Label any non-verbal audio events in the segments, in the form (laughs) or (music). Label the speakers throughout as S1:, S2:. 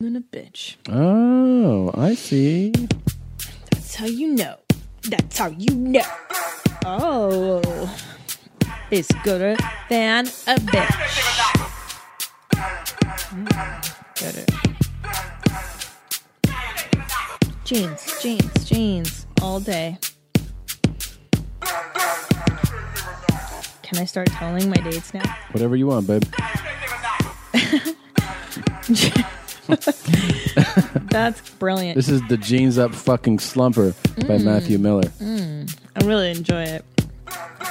S1: than a bitch.
S2: Oh, I see.
S1: That's how you know. That's how you know. Oh, it's gooder than a bitch. Hmm. Gooder. Jeans, jeans, jeans, all day. Can I start telling my dates now? (laughs)
S2: Whatever you want, babe.
S1: That's brilliant.
S2: This is the jeans up fucking slumper by
S1: Mm.
S2: Matthew Miller.
S1: I really enjoy it.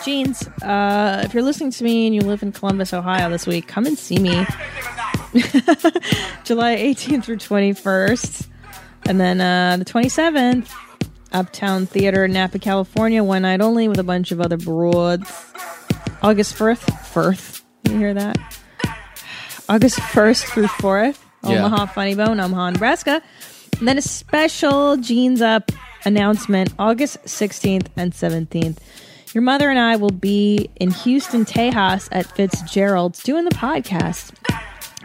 S1: Jeans, uh, if you're listening to me and you live in Columbus, Ohio this week, come and see me. July 18th through 21st. And then uh, the 27th, Uptown Theater in Napa, California, one night only with a bunch of other broads. August 4th, Firth. You hear that? August 1st through 4th,
S2: Yeah.
S1: Omaha Funny Bone, Omaha, Nebraska. And then a special Jeans Up announcement August 16th and 17th. Your mother and I will be in Houston, Tejas at Fitzgerald's doing the podcast.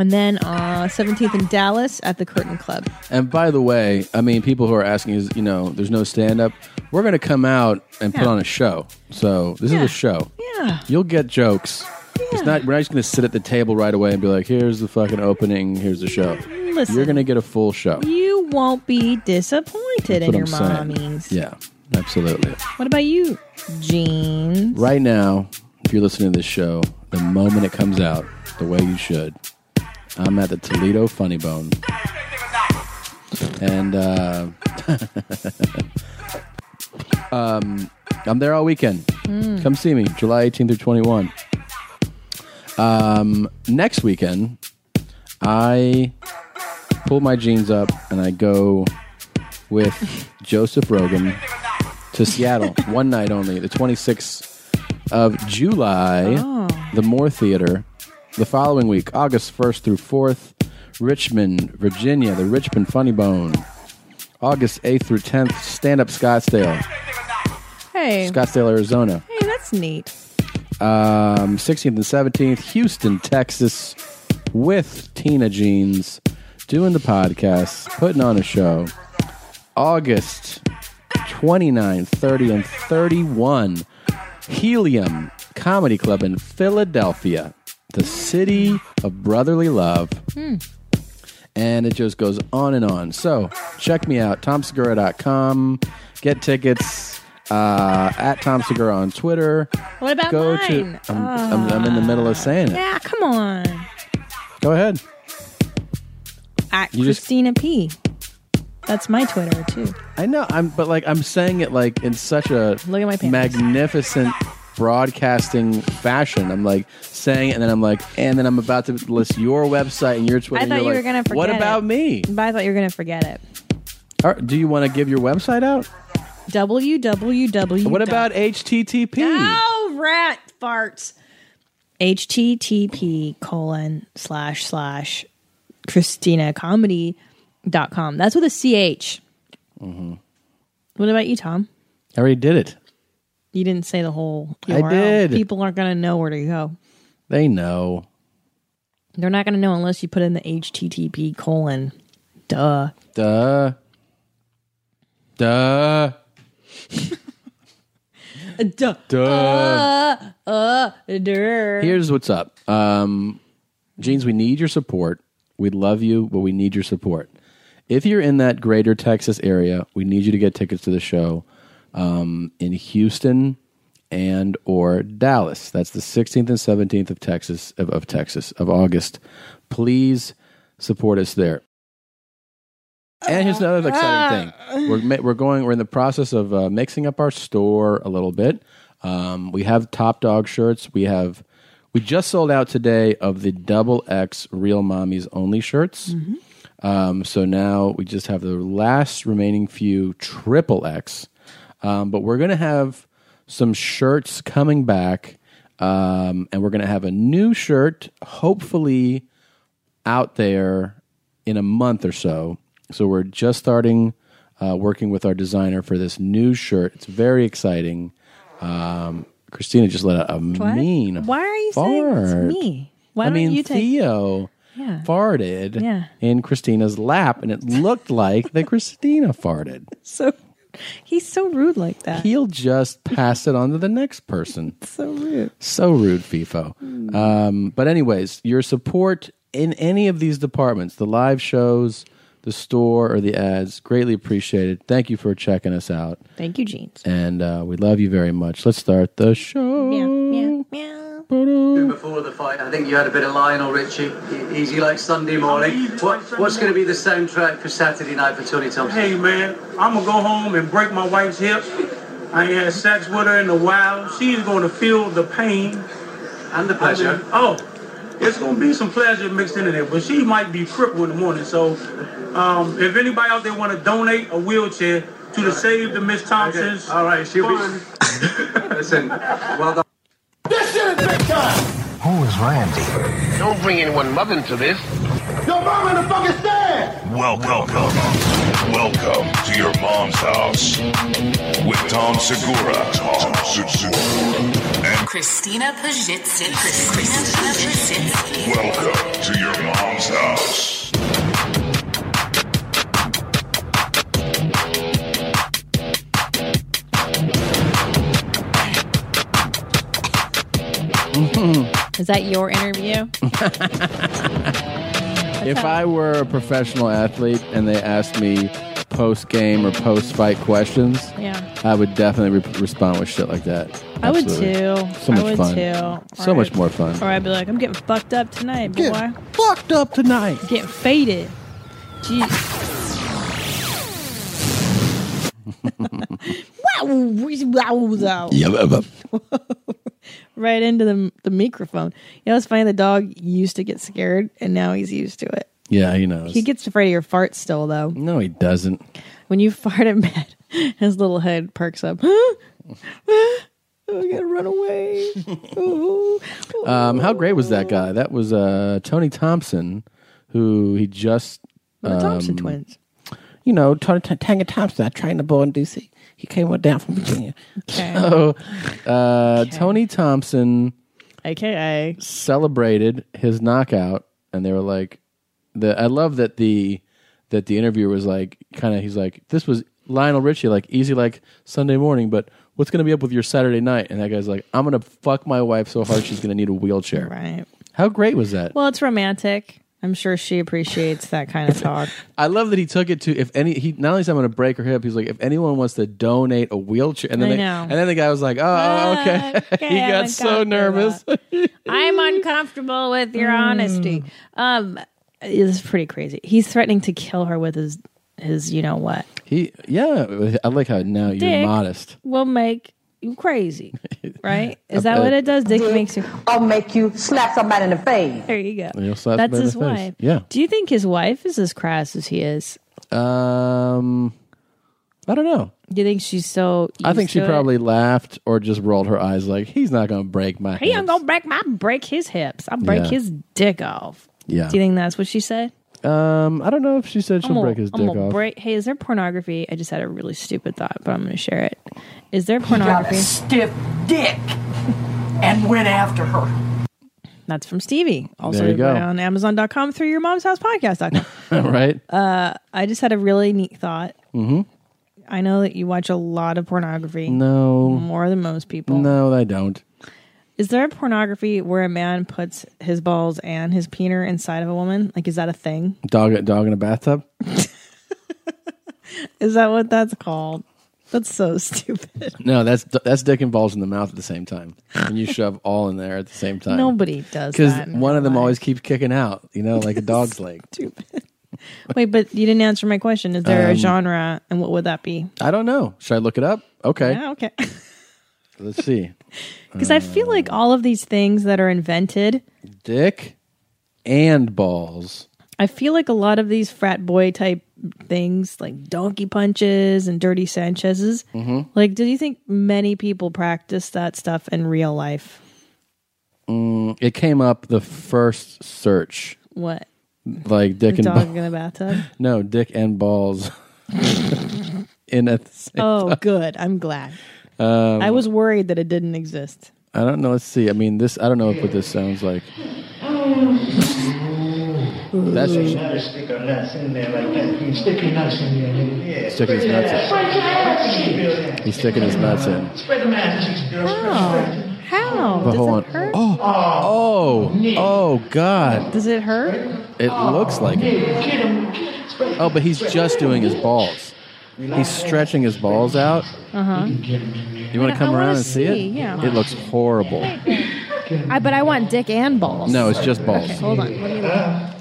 S1: And then uh, 17th in Dallas at the Curtain Club.
S2: And by the way, I mean, people who are asking is, you know, there's no stand up. We're going to come out and put
S1: Yeah.
S2: on a show. So this
S1: Yeah.
S2: is a show.
S1: Yeah.
S2: You'll get jokes. It's not. We're not just going to sit at the table right away and be like, "Here's the fucking opening. Here's the show."
S1: Listen.
S2: You're going to get a full show.
S1: You won't be disappointed in your
S2: That's what I'm saying.
S1: mommies.
S2: Yeah, absolutely.
S1: What about you, Jeans?
S2: Right now, if you're listening to this show, the moment it comes out, the way you should, I'm at the Toledo Funny Bone, and uh, (laughs) um, um, I'm there all weekend. Come see me, July 18th through 21. Um, next weekend, I pull my jeans up and I go with Joseph Rogan to Seattle, (laughs) one night only, the 26th of July, the Moore Theater. The following week, August 1st through 4th, Richmond, Virginia, the Richmond Funny Bone. August 8th through 10th, Stand Up Scottsdale,
S1: Hey,
S2: Scottsdale, Arizona.
S1: hey, that's neat.
S2: Um, 16th and 17th, Houston, Texas, with Tina Jeans, doing the podcast, putting on a show. August 29, 30, and 31, Helium Comedy Club in Philadelphia, the city of brotherly love. And it just goes on and on. So check me out, tomsegura.com. Get tickets uh, at Tom Segura on Twitter.
S1: What about
S2: Go
S1: mine? Ah.
S2: to. uh, I'm, I'm, I'm in the middle of saying it.
S1: yeah, come on.
S2: Go ahead.
S1: At
S2: You just-
S1: Christina P. That's my Twitter too.
S2: I know. I'm, but like I'm saying it like in such a
S1: Look at my pants.
S2: magnificent broadcasting fashion. I'm like saying it, and then I'm like, and then I'm about to list your website and your Twitter.
S1: I
S2: and
S1: thought
S2: you're
S1: you were
S2: like,
S1: gonna forget
S2: What
S1: it."
S2: about me?
S1: But I thought you were gonna forget it.
S2: All right, do you want to give your website out?
S1: www.
S2: What about HTTP?
S1: Oh, rat farts. HTTP colon slash slash Christina Comedy dot com. That's with a CH. What about you, Tom?
S2: I already did it.
S1: You didn't say the whole
S2: I
S1: URL.
S2: did.
S1: People aren't going to know where to go.
S2: They know.
S1: They're not going to know unless you put in the HTTP colon. Duh.
S2: Duh. Duh.
S1: Duh.
S2: Duh.
S1: Duh.
S2: Here's what's up. Um, Jeans, we need your support. We love you, but we need your support. If you're in that greater Texas area, we need you to get tickets to the show um, in Houston and or Dallas. That's the 16th and 17th of Texas of, of Texas of August. Please support us there. And here's another exciting thing. We're, ma- we're going. We're in the process of uh, mixing up our store a little bit. Um, we have top dog shirts. We have. We just sold out today of the double X real mommies only shirts. Um, so now we just have the last remaining few triple X. Um, but we're going to have some shirts coming back. Um, and we're going to have a new shirt, hopefully out there in a month or so. So we're just starting uh, working with our designer for this new shirt. It's very exciting. Um, Christina just let out a
S1: What?
S2: mean.
S1: Why are you saying
S2: fart.
S1: it's me? Why
S2: I
S1: don't
S2: mean,
S1: you take
S2: Theo
S1: Yeah.
S2: farted
S1: Yeah.
S2: in Christina's lap, and it looked like that Christina farted.
S1: (laughs) So he's so rude like that.
S2: He'll just pass it on to the next person.
S1: so rude.
S2: So rude, FIFO. Um, but anyways, your support in any of these departments, the live shows, the store, or the ads, greatly appreciated. Thank you for checking us out,
S1: Thank you, jeans.
S2: and uh, we love you very much. Let's start the show.
S1: Meow, meow, meow.
S3: Before the fight, I think you had a bit of Lionel Richie, e- easy like Sunday morning. What, what's going to be the soundtrack for Saturday night for Tony Thompson?
S4: Hey man, I'm gonna go home and break my wife's hip. I ain't had sex with her in a while. She's gonna feel the pain.
S3: And the pleasure.
S4: Oh, it's gonna be some pleasure mixed into there, but she might be crippled in the morning. So, um, if anybody out there wanna donate a wheelchair to the Save the Miss Thompsons,
S3: All right, she'll be- (laughs)
S4: fund,
S3: Listen, well done.
S5: This shit is big time.
S6: Who is Randy?
S7: Don't bring anyone love into this.
S5: Your mom in the fucking stand.
S8: Welcome. Welcome to your mom's house with Tom Segura. Tom Segura. And
S9: Christina Pajitsky. Christina Pajitsky.
S8: welcome to your mom's house.
S1: Is that your interview?
S2: If I were a professional athlete and they asked me post game or post fight questions,
S1: Yeah.
S2: I would definitely re- respond with shit like that.
S1: I would
S2: Absolutely.
S1: too.
S2: So much
S1: I would
S2: fun.
S1: too.
S2: So
S1: Or-
S2: much more fun.
S1: Or I'd be like, I'm getting fucked up tonight, boy.
S2: fucked up tonight.
S1: Getting faded.
S2: (laughs)
S1: Jeez. wow, wow, wow. Right into the the microphone. You know, it's funny. The dog used to get scared, and now he's used to it.
S2: Yeah, he knows.
S1: He gets afraid of your fart still, though.
S2: no, he doesn't.
S1: When you (laughs) fart in bed, his little head perks up. I gotta run
S2: (laughs)
S1: away. Ooh.
S2: Um, how great was that guy? That was uh, Tony Thompson, who he just,
S1: The Thompson
S2: Um,
S1: twins.
S2: you know, Tony T- Tanga Thompson. I trained the boy in D.C. He came on down from Virginia.
S1: Okay.
S2: So, uh, Tony Thompson
S1: AKA.
S2: celebrated his knockout, and they were like, "The I love that the that the interviewer was like, kind of, he's like, this was Lionel Richie, like easy, like Sunday morning, but." What's gonna be up with your Saturday night? And that guy's like, I'm gonna fuck my wife so hard she's gonna need a wheelchair.
S1: Right.
S2: How great was that?
S1: Well, it's romantic. I'm sure she appreciates that kind of talk.
S2: I love that he took it to if any he not only said I'm gonna break her hip, he's like, if anyone wants to donate a wheelchair and then
S1: I
S2: they,
S1: know.
S2: and then the guy was like, Oh,
S1: (laughs)
S2: oh, (laughs) okay.
S1: Okay,
S2: he
S1: I'm
S2: got so
S1: uncomfortable.
S2: nervous. Mm.
S1: I'm uncomfortable with your honesty. Um, it's pretty crazy. He's threatening to kill her with his his you know what.
S2: he yeah, I like how now you're
S1: Dick.
S2: modest.
S1: Will make you
S2: (laughs)
S1: crazy, right? Is that what it does? Dick makes you.
S10: I'll make you slap somebody in the face.
S1: There you go.
S2: You'll slap
S1: That's
S2: somebody in
S1: his
S2: the face.
S1: wife.
S2: Yeah.
S1: Do you think his wife is as crass as he is?
S2: Um I don't know.
S1: Do you think she's so?
S2: I think
S1: used
S2: she
S1: to it?
S2: probably laughed or just rolled her eyes like he's not gonna break my
S1: He
S2: hips."
S1: ain't gonna break my break his hips. I'll break
S2: Yeah.
S1: his dick off.
S2: Yeah.
S1: Do you think that's what she said?
S2: Um I don't know if she said she'll
S1: I'm
S2: break his
S1: I'm
S2: dick
S1: gonna
S2: (laughs) off.
S1: break- hey, is there pornography? I just had a really stupid thought, but I'm going to share it. Is there pornography?
S10: stiff dick and went after her.
S1: That's from Stevie. Also
S2: There you go.
S1: on Amazon.com through your mom's house
S2: (laughs)
S1: podcast.
S2: right?
S1: Uh, I just had a really neat thought. Mm-hmm. I know that you watch a lot of pornography,
S2: no.
S1: more than most people.
S2: No, I don't.
S1: Is there a pornography where a man puts his balls and his peener inside of a woman? Like, is that a thing?
S2: Dog dog in a bathtub?
S1: Is that what that's called? That's so (laughs) stupid.
S2: No, that's that's dick and balls in the mouth at the same time, and you shove (laughs) all in there at the same time.
S1: Nobody does
S2: because
S1: that in
S2: one
S1: real
S2: of them
S1: life.
S2: always keeps kicking out. You know, like a
S1: (laughs)
S2: dog's leg.
S1: stupid. Wait, but you didn't answer my question. Is
S2: Um,
S1: there a genre, and what would that be?
S2: I don't know. Should I look it up? Okay,
S1: Yeah, okay. (laughs)
S2: let's see.
S1: Because I feel
S2: Uh.
S1: like all of these things that are invented,
S2: Dick and balls.
S1: I feel like a lot of these frat boy type things, like donkey punches and dirty Sanchez's.
S2: Mm-hmm.
S1: Like, do you think many people practice that stuff in real life?
S2: It came up the first search,
S1: What
S2: like dick and
S1: dog
S2: balls.
S1: in the bathtub?
S2: no, dick and balls. (laughs) in a, (laughs) uh,
S1: Oh, good. I'm glad.
S2: um,
S1: I was worried that it didn't exist.
S2: I don't know. Let's see. I mean, this. I don't know if what this sounds like. That's
S6: stick our nuts in there like that. You stick your nuts in there, nigga. Yeah.
S2: Sticking his
S6: Spread
S2: nuts
S6: your
S2: in.
S6: Spread your ass cheeks.
S2: he's sticking his nuts in.
S6: Spread the ass cheeks, girl. Spread- spread
S1: Oh, How? How?
S2: But
S1: Does
S2: hold
S1: it
S2: on.
S1: hurt?
S2: Oh, oh, oh, God!
S1: Does it hurt?
S2: It looks like it.
S6: your- Get him. Get him. Spread
S2: Oh, but he's just doing his balls. He's stretching his balls out.
S1: Uh huh.
S2: You want
S1: I-
S2: to come
S1: I
S2: around
S1: wanna
S2: and see,
S1: see,
S2: it?
S1: yeah.
S2: It looks horrible.
S1: I but I want dick and balls.
S2: No, it's just balls.
S1: Okay, hold on. Let me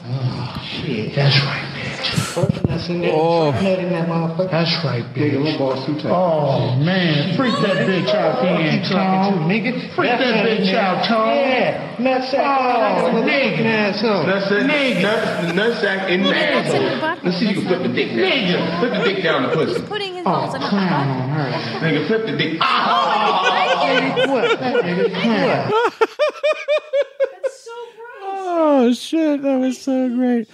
S6: Shit, that's right, bitch. Put the nuts in there.
S2: Oh.
S6: Put that in that motherfucker. That's right, bitch. Oh man, freak that bitch out again, Tom. Nigga, freak that, bitch out, Tom. Yeah, nuts out. Oh, nigga, asshole.
S5: Nutsack, nuts, nutsack in the
S11: That's in the
S5: asshole.
S11: bucket.
S5: Let's see you can flip the dick down.
S6: Nigga.
S5: Flip the dick down the pussy.
S11: Putting his balls in a bucket.
S6: Clown, her.
S5: Nigga, flip the dick. Ah!
S6: What? That nigga clown.
S2: Oh shit! That was so great.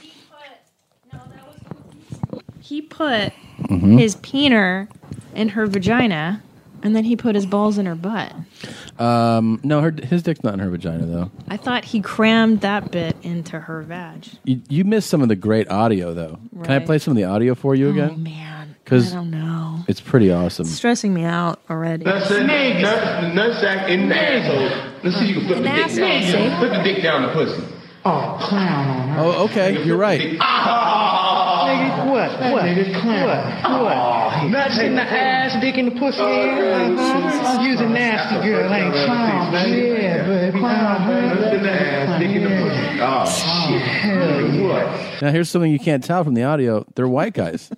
S1: He put
S2: Mm-hmm.
S1: his peener in her vagina, and then he put his balls in her butt.
S2: Um, no, her, his dick's not in her vagina though.
S1: I thought he crammed that bit into her vag.
S2: You, you missed some of the great audio though. Can I
S1: Right.
S2: play some of the audio for you
S1: Oh
S2: again?
S1: man, I
S2: 'Cause-
S1: don't know.
S2: It's pretty awesome.
S1: It's stressing me out already.
S5: Nutsack, nuts, nutsack in the asshole. Let's see you can flip
S1: An
S5: the dick
S1: asshole,
S5: down.
S1: see?
S5: Flip the dick down the pussy.
S6: Oh, clown on her.
S2: Oh, okay. You're right.
S5: Oh.
S6: Nigga, what? That what? nigga clown. What? What? Nuts in the ass, dick in the pussy.
S5: Oh,
S6: Uh-huh. You's a nasty girl, ain't clown. Yeah, baby. Clown,
S5: Nuts in the
S6: baby.
S5: ass, dick in the pussy. Oh, shit. Nigga, what?
S2: Now here's something you can't tell from the audio. They're white guys.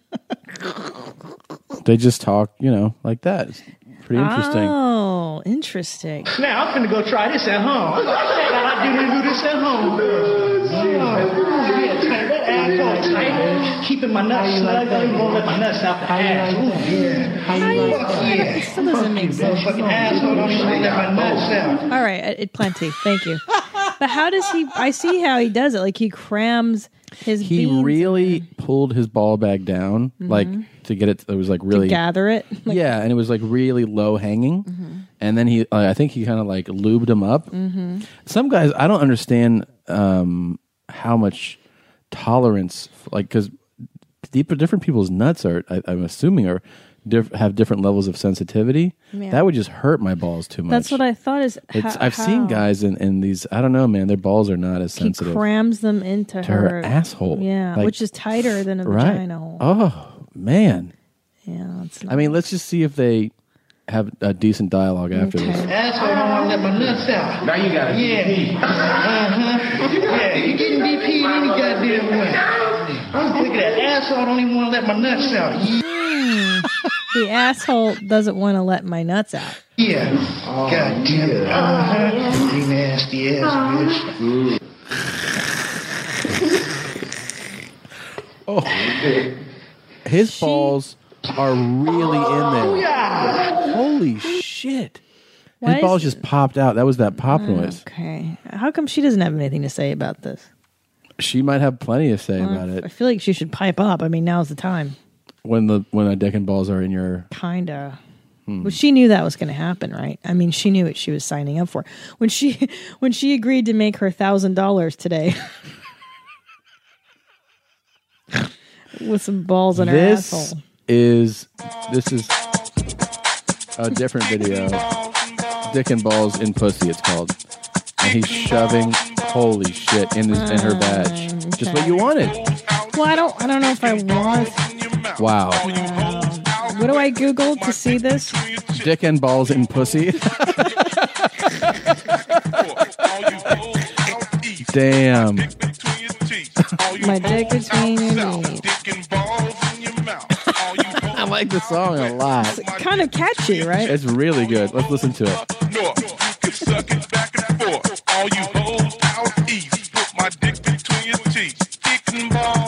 S2: they just talk, you know, like that. It's pretty interesting.
S1: Oh, interesting.
S6: Now I'm finna go try this at home. I'm I do to do this at home. Oh, yeah, tight. That asshole tight. Keeping my nuts snug. I ain't gonna let my nuts out the ass. Ooh,
S1: It still doesn't make sense.
S6: Fucking asshole don't even let my nuts
S5: Oh,
S6: out.
S1: All right, uh, it, it plenty. Thank you. But how does he? I see how he does it. Like he crams his.
S2: he
S1: beans Mm-hmm.
S2: really pulled his ball bag down, like to get it. It was like
S1: to
S2: really,
S1: gather it. Like, Mm-hmm.
S2: yeah, and it was like really low hanging. And then he, uh, I think he kind of like lubed him up. Some guys, I don't understand um, how much tolerance, like because different people's nuts are, I, I'm assuming, are diff- have different levels of sensitivity.
S1: Yeah.
S2: That would just hurt my balls too much.
S1: That's what I thought. Is
S2: It's,
S1: ho-
S2: I've
S1: how
S2: seen guys in, in these. I don't know, man. Their balls are not as
S1: He
S2: sensitive.
S1: crams them into
S2: To her asshole.
S1: Yeah,
S2: Like-
S1: which is tighter than a
S2: right?
S1: vagina hole.
S2: Oh man.
S1: Yeah, it's not.
S2: I mean, let's just see if they have a decent dialogue after this.
S6: Asshole don't wanna let my nuts out.
S5: Now you got it.
S6: Yeah. Uh-huh. Yeah, you getting DP any goddamn way. I'm sick of that asshole don't even wanna let my nuts out.
S1: the asshole doesn't want to let my nuts out.
S6: Yeah. God damn it. Uh-huh. You nasty ass bitch.
S2: His balls are really
S1: Oh,
S2: in there. Holy shit!
S1: Why
S2: His balls
S1: is- Mm.
S2: just popped out. That was that pop noise.
S1: Okay, how come she doesn't have anything to say about this?
S2: She might have plenty to say about
S1: I
S2: it
S1: feel like she should pipe up. I mean, now's the time.
S2: when the when a dick and balls are in your.
S1: Kinda.
S2: Hmm.
S1: Well, she knew that was going to happen, right? I mean, she knew what she was signing up for when she (laughs) when she agreed to make her thousand dollars today (laughs) with some balls in her
S2: This
S1: asshole.
S2: is this is a different video. Dick and balls in pussy. It's called. And he's shoving. Holy shit! In his, in her badge.
S1: Mm,
S2: Just what you wanted.
S1: Well, I don't I don't know if I want.
S2: Wow.
S1: What do I Google to see this?
S2: dick and balls in pussy. (laughs) Damn.
S1: My dick between your knees.
S2: I like the song a lot.
S1: It's kind of catchy, right?
S2: It's really good. Let's listen to it.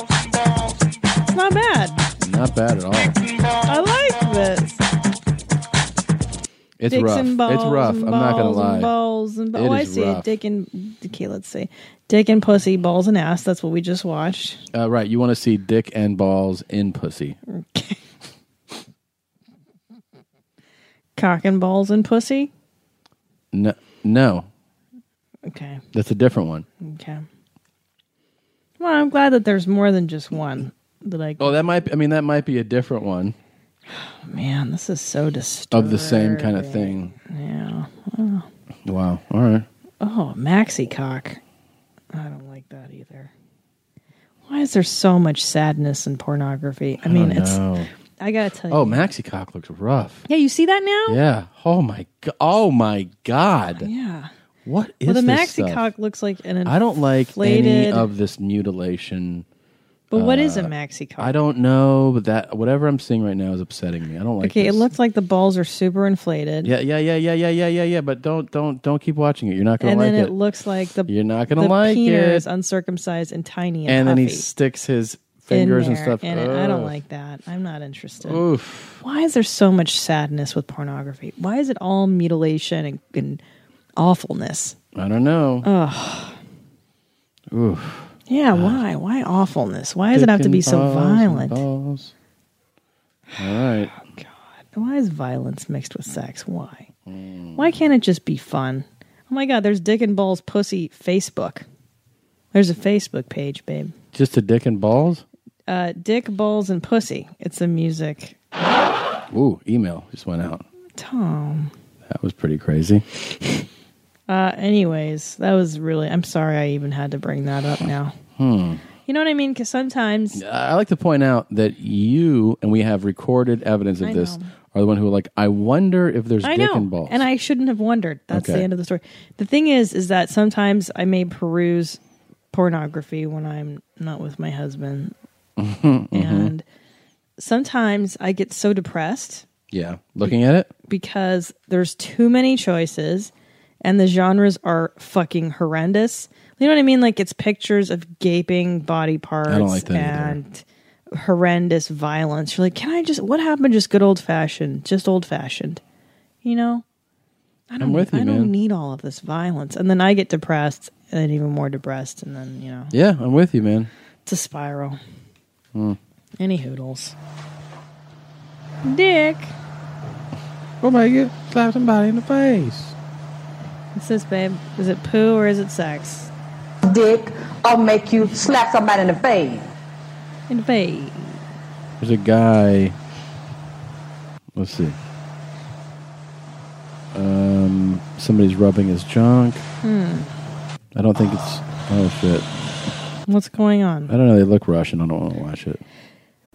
S1: It's not bad.
S2: Not bad at all.
S1: I like this.
S2: It's
S1: Dicks
S2: rough.
S1: and balls.
S2: It's rough.
S1: and
S2: I'm not gonna
S1: balls and
S2: lie.
S1: balls and balls.
S2: It
S1: oh, I
S2: is
S1: see
S2: rough.
S1: it. Dick and okay, let's see. Dick and pussy, balls and ass. That's what we just watched.
S2: Uh, right, you want to see dick and balls in pussy.
S1: (laughs) Cock and balls and pussy.
S2: No, no,
S1: Okay.
S2: that's a different one.
S1: Okay. Well, I'm glad that there's more than just one that I.
S2: Oh, that might. I mean, that might be a different one.
S1: Man, this is so disturbing.
S2: Of the same kind of thing.
S1: Yeah. Oh,
S2: Wow. All right.
S1: oh maxi cock. I don't like that either. Why is there so much sadness in pornography? I mean,
S2: don't
S1: it's.
S2: know.
S1: I gotta tell you.
S2: Oh, maxi cock looks rough.
S1: Yeah, you see that now?
S2: Yeah. Oh my. go- Oh my God.
S1: Yeah.
S2: What is
S1: Well, the
S2: this
S1: maxi
S2: stuff?
S1: cock looks like an.
S2: I don't like any
S1: inflated-
S2: of this mutilation.
S1: But what is a
S2: uh,
S1: maxi cock?
S2: I don't know, but that whatever I'm seeing right now is upsetting me. I don't like.
S1: okay,
S2: this.
S1: it looks like the balls are super inflated.
S2: Yeah, yeah, yeah, yeah, yeah, yeah, yeah, yeah. But don't, don't, don't keep watching it. You're not gonna
S1: And
S2: like
S1: then
S2: it.
S1: it looks like the
S2: You're not gonna
S1: the
S2: like
S1: wiener is
S2: it.
S1: uncircumcised and tiny and,
S2: and then he
S1: puffy
S2: sticks his
S1: in
S2: fingers and
S1: there,
S2: stuff.
S1: And it- I don't
S2: Ugh.
S1: like that. I'm not interested.
S2: Oof.
S1: Why is there so much sadness with pornography? Why is it all mutilation and, and awfulness?
S2: I don't know.
S1: Oh, Ugh.
S2: Oof.
S1: Yeah, why? Why awfulness? Why does it have to be so
S2: Dick and balls and
S1: violent?
S2: balls. All right.
S1: Why is violence mixed with sex? Why?
S2: Hmm.
S1: Why can't it just be fun? Oh my God, there's Dick and Balls Pussy Facebook. There's a Facebook page, babe.
S2: Just a dick and balls.
S1: Uh, Dick, Balls, and Pussy. It's the music.
S2: Ooh, email just went out.
S1: Tom.
S2: That was pretty crazy.
S1: Uh, anyways, that was really. I'm sorry I even had to bring that up now.
S2: Hmm.
S1: You know what I mean? Because sometimes.
S2: I like to point out that you and we have recorded evidence of
S1: I
S2: this
S1: know.
S2: are the one who are like, I wonder if there's
S1: I
S2: dick
S1: know,
S2: and balls.
S1: and I shouldn't have wondered. That's the
S2: Okay.
S1: end of the story. The thing is, is that sometimes I may peruse pornography when I'm not with my
S2: (laughs)
S1: husband,
S2: Mhm, mhm.
S1: and sometimes I get so depressed
S2: yeah, looking at it.
S1: because there's too many choices and the genres are fucking horrendous. You know what I mean? Like it's pictures of gaping body parts
S2: like that either.
S1: and horrendous violence. You're like, can I just, what happened? Just good old fashioned, just old fashioned, you know? I don't,
S2: I'm with you,
S1: I don't
S2: man.
S1: need all of this violence. And then I get depressed and then even more depressed. And then, you know,
S2: Yeah, I'm with you, man.
S1: it's a spiral.
S2: Hmm.
S1: Any hoodles. Dick.
S2: Oh my god, slap somebody in the face.
S1: What's this, babe? Is it poo or is it sex?
S11: Dick, I'll make you slap somebody in the face.
S1: In the face.
S2: There's a guy. Let's see. Um, somebody's rubbing his junk.
S1: Hmm.
S2: I don't think it's. Oh shit.
S1: What's going on?
S2: I don't know. They look Russian. I don't want to watch it.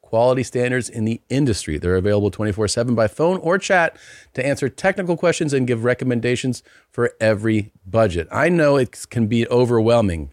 S2: quality standards in the industry. They're available 24 7 by phone or chat to answer technical questions and give recommendations for every budget. I know it can be overwhelming.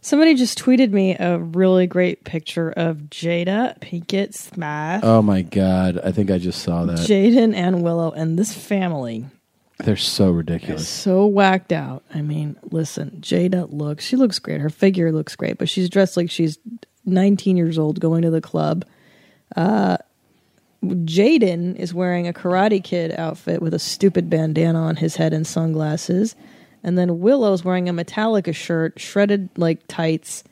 S1: Somebody just tweeted me a really great picture of Jada Pinkett Smith,
S2: Oh my God. I think I just saw
S1: Jaden, and Willow, and this family.
S2: They're so
S1: is
S2: ridiculous.
S1: So whacked out. I mean, listen, Jada looks, she looks great. Her figure looks great, but she's dressed like she's 19 years old going to the club. Uh, Jaden is wearing a Karate Kid outfit with a stupid bandana on his head and sunglasses. And then Willow's wearing a Metallica shirt, shredded like tights.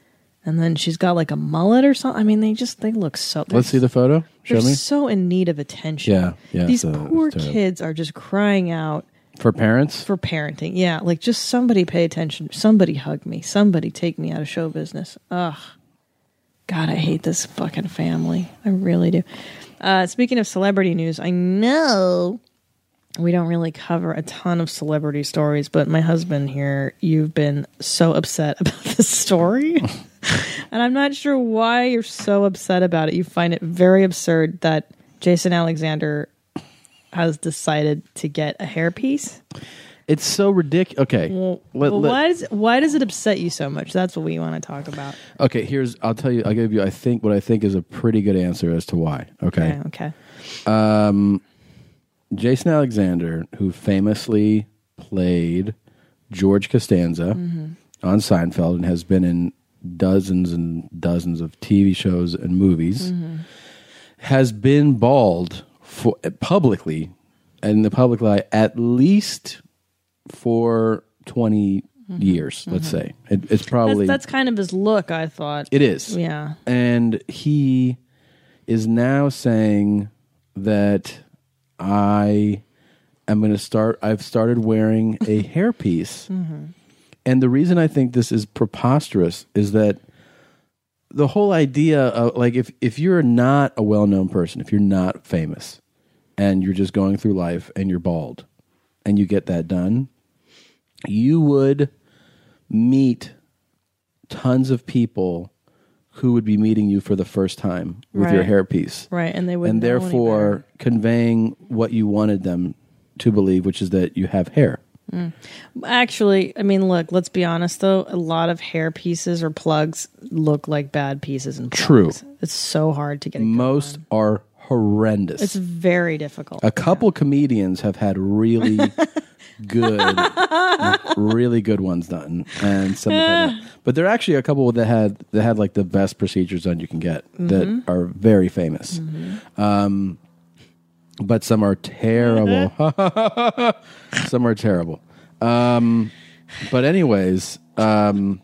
S1: And then she's got like a mullet or something. I mean, they just, they look so.
S2: Let's see the photo. Show
S1: They're
S2: me.
S1: so in need of attention.
S2: Yeah, yeah,
S1: These
S2: so it's
S1: poor
S2: terrible.
S1: kids are just crying out
S2: For parents?
S1: for parenting. Yeah, like just somebody pay attention. Somebody hug me. Somebody take me out of show business. Ugh. God, I hate this fucking family. I really do. Uh, speaking of celebrity news, I know we don't really cover a ton of celebrity stories, but my husband here, you've been so upset (laughs) about this story. and I'm not sure why you're so upset about it. You find it very absurd that Jason Alexander has decided to get a hairpiece.
S2: It's so ridiculous. Okay.
S1: Well,
S2: let- let-
S1: why, does, why does it upset you so much? That's what we want to talk about.
S2: Okay, here's I'll tell you I'll give you I think what I think is a pretty good answer as to why. Okay.
S1: Okay.
S2: Um Jason Alexander, who famously played George Costanza
S1: Mm-hmm.
S12: Mhm.
S2: on Seinfeld and has been in dozens and dozens of TV shows and movies,
S1: Mm-hmm.
S2: has been bald for publicly in the public eye at least for 20 years, let's say. It, it's probably
S1: Mm-hmm. that's, that's kind of his look, I thought.
S2: it is.
S1: Yeah.
S2: And he is now saying that I am going to start, I've started wearing a hairpiece. And the reason I think this is preposterous is that the whole idea of like if if you're not a well-known person, if you're not famous and you're just going through life and you're bald and you get that done, you would meet tons of people who would be meeting you for the first time with your
S1: Right.
S2: hairpiece.
S1: Right. And they would
S2: and therefore conveying what you wanted them to believe, which is that you have hair.
S1: Mm. Actually, I mean, look, let's be honest though. A lot of hair pieces or plugs look like bad pieces and plugs.
S2: True.
S1: It's so hard to get. It
S2: Most are horrendous.
S1: It's very difficult.
S2: A couple comedians have had really good, really good ones done, and some. Have had, but there are actually a couple that had that had like the best procedures done you can get
S12: Mhm.
S2: that are very famous. Um, but some are terrible. (laughs) some are terrible. Um, but anyways, um,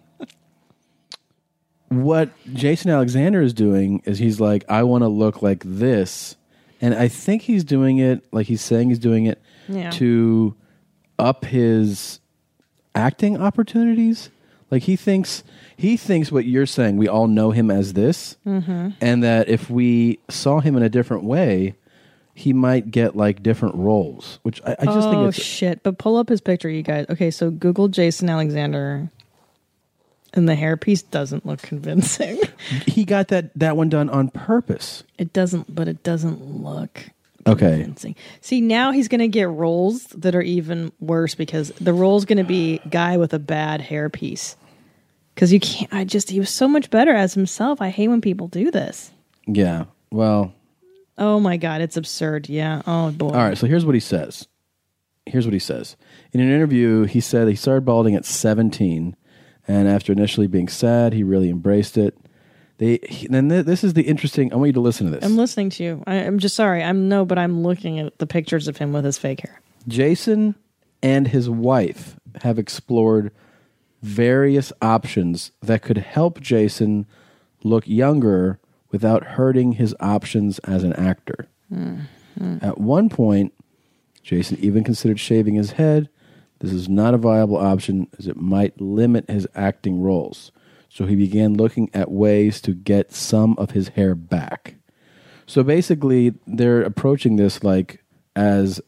S2: what Jason Alexander is doing is he's like, I want to look like this, and I think he's doing it like he's saying he's doing it
S12: Yeah.
S2: to up his acting opportunities. Like he thinks he thinks what you're saying. We all know him as this
S12: Mm-hmm.
S2: and that if we saw him in a different way, he might get like different roles, which I, I just
S1: oh,
S2: think it's
S1: shit! But pull up his picture, you guys. Okay, so Google Jason Alexander, and the hairpiece doesn't look convincing. (laughs)
S2: he got that that one done on purpose.
S1: It doesn't, but it doesn't look
S2: okay.
S1: See, now he's going to get roles that are even worse because the role's going to be guy with a bad hairpiece. Because you can't, I just, he was so much better as himself. I hate when people do this.
S2: Yeah. Well,
S1: Oh my God, it's absurd. Yeah. Oh boy.
S2: all right. So here's what he says. Here's what he says. In an interview, he said he started balding at 17, and after initially being sad, he really embraced it. They he, then th- this is the interesting. I want you to listen to this.
S1: I'm listening to you. I, I'm just sorry. I'm no, but I'm looking at the pictures of him with his fake hair.
S2: Jason and his wife have explored various options that could help Jason look younger without hurting his options as an actor. At one point, Jason even considered shaving his head. This is not a viable option as it might limit his acting roles. So he began looking at ways to get some of his hair back. So basically, they're approaching this like as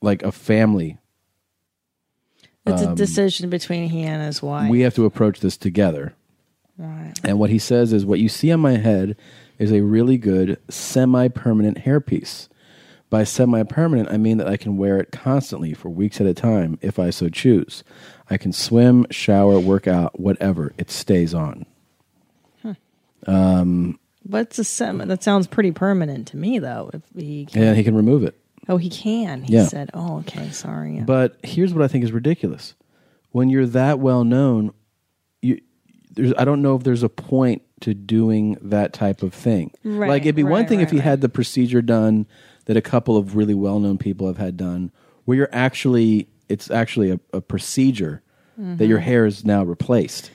S2: like a family.
S1: It's a
S2: Um,
S1: decision between he and his wife.
S2: We have to approach this together.
S1: Right.
S2: And what he says is, what you see on my head is a really good semi permanent hairpiece. By semi permanent, I mean that I can wear it constantly for weeks at a time if I so choose. I can swim, shower, work out, whatever. It stays on.
S1: Huh.
S2: Um,
S1: What's a sem- That sounds pretty permanent to me, though. If he can,
S2: and he can remove it.
S1: oh, he can. He
S2: Yeah.
S1: said, "Oh, okay, sorry." Yeah.
S2: But here's what I think is ridiculous: when you're that well known, you there's I don't know if there's a point to doing that type of thing.
S12: Right,
S2: like it'd be one
S12: right,
S2: thing if
S12: right,
S2: he had the procedure done that a couple of really well known people have had done, where you're actually it's actually a, a procedure that your
S12: Mm-hmm.
S1: Mhm.
S2: hair is now replaced.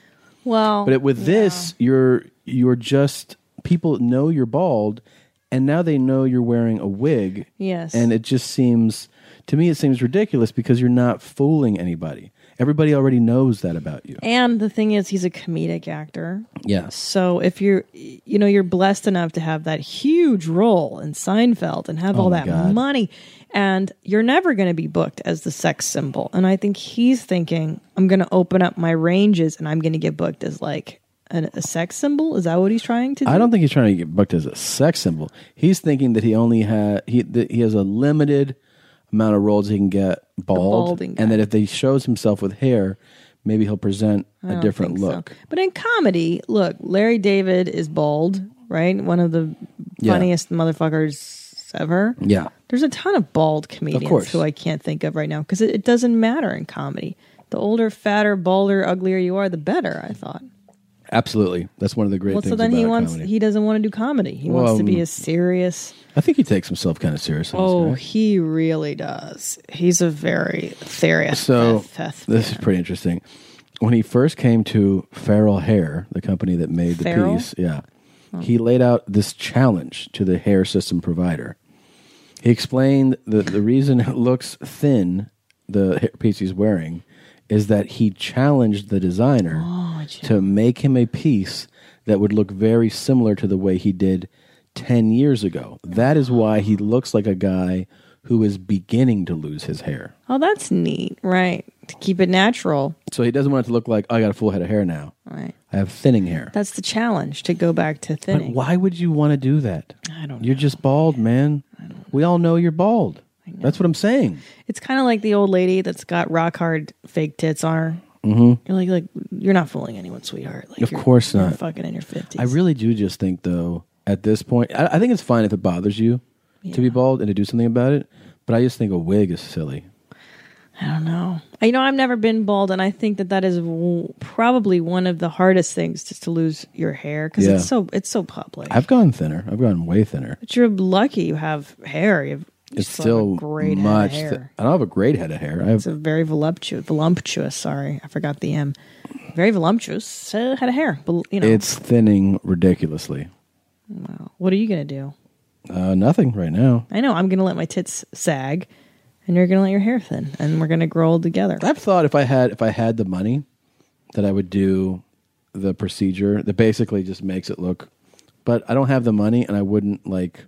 S1: Well,
S2: But it, with this, you're you're just people know you're bald, and now they know you're wearing a wig.
S1: Yes.
S2: and it just seems to me it seems ridiculous because you're not fooling anybody. Everybody already knows that about you.
S1: and the thing is, he's a comedic actor.
S2: Yeah.
S1: So if you're, you know, you're blessed enough to have that huge role in Seinfeld and have
S12: Oh
S1: all
S12: my
S1: that
S12: God.
S1: money, and you're never going to be booked as the sex symbol. And I think he's thinking, I'm going to open up my ranges and I'm going to get booked as like an, a sex symbol? Is that what he's trying to do?
S2: I don't think he's trying to get booked as a sex symbol. He's thinking that he only had he that he has a limited amount of roles he can get bald,
S1: balding
S2: and that if he shows himself with hair, maybe he'll present
S1: I
S2: a
S1: don't
S2: different
S1: think so.
S2: look.
S1: But in comedy, look, Larry David is bald, right? One of the
S2: Yeah.
S1: funniest motherfuckers ever.
S2: Yeah,
S1: There's a ton of bald comedians
S2: course.
S1: who I can't think of right now because it, it doesn't matter in comedy. The older, fatter, balder, uglier you are, the better. I thought.
S2: absolutely. That's one of the great
S1: well,
S2: things
S1: so then he
S2: about
S1: wants
S2: comedy.
S1: he doesn't want to do comedy. He wants to
S2: Well,
S1: be a serious.
S2: I think he takes himself kind of seriously. this
S1: Oh,
S2: guy.
S1: he really does. He's a very serious.
S2: So this is pretty interesting. When he first came to Farrell Hair, the company that made the
S1: Farrell?
S2: piece, yeah, he laid out this challenge to the hair system provider. He explained that the reason it looks thin, the hair piece he's wearing, is that he challenged the designer to make him a piece that would look very similar to the way he did 10 years ago. That is why he looks like a guy who is beginning to lose his hair.
S1: Oh, that's neat, right? To keep it natural.
S2: So he doesn't want it to look like "Oh, I got a full head of hair now.
S1: Right.
S2: I have thinning hair.
S1: That's the challenge to go back to
S2: But
S1: thinning.
S2: why would you want to do that?
S1: I don't.
S2: You're just bald, man. We all know you're bald. That's what I'm saying.
S1: It's kind of like the old lady that's got rock hard fake tits on her.
S2: Mhm.
S1: You're like, like you're not fooling anyone, sweetheart. Like,
S2: Of
S1: you're-
S2: course
S1: you're
S2: not.
S1: fucking in your fifties.
S2: I really do just think though, at this point, I, I think it's fine if it bothers you to be bald and to do something about it. But I just think a wig is silly.
S1: I don't know. You know, I've never been bald, and I think that that is w- probably one of the hardest things just to lose your hair because
S2: Yeah.
S1: it's so it's so public.
S2: I've gone thinner. I've gone way thinner.
S1: But you're lucky you have hair. You have, you
S2: It's still
S1: have a great head of
S2: much.
S1: hair.
S2: thi- I don't have a great head of hair. I
S1: it's a
S2: have
S1: very voluptuous, voluptuous. Sorry, I forgot the M. Very voluptuous uh, head of hair. But you know,
S2: It's thinning ridiculously.
S1: wow. What are you gonna do?
S2: Uh, nothing right now.
S1: I know. I'm going to let my tits sag, and you're going to let your hair thin, and we're going to grow old together.
S2: I've thought if I had if I had the money, that I would do the procedure that basically just makes it look. But I don't have the money, and I wouldn't like.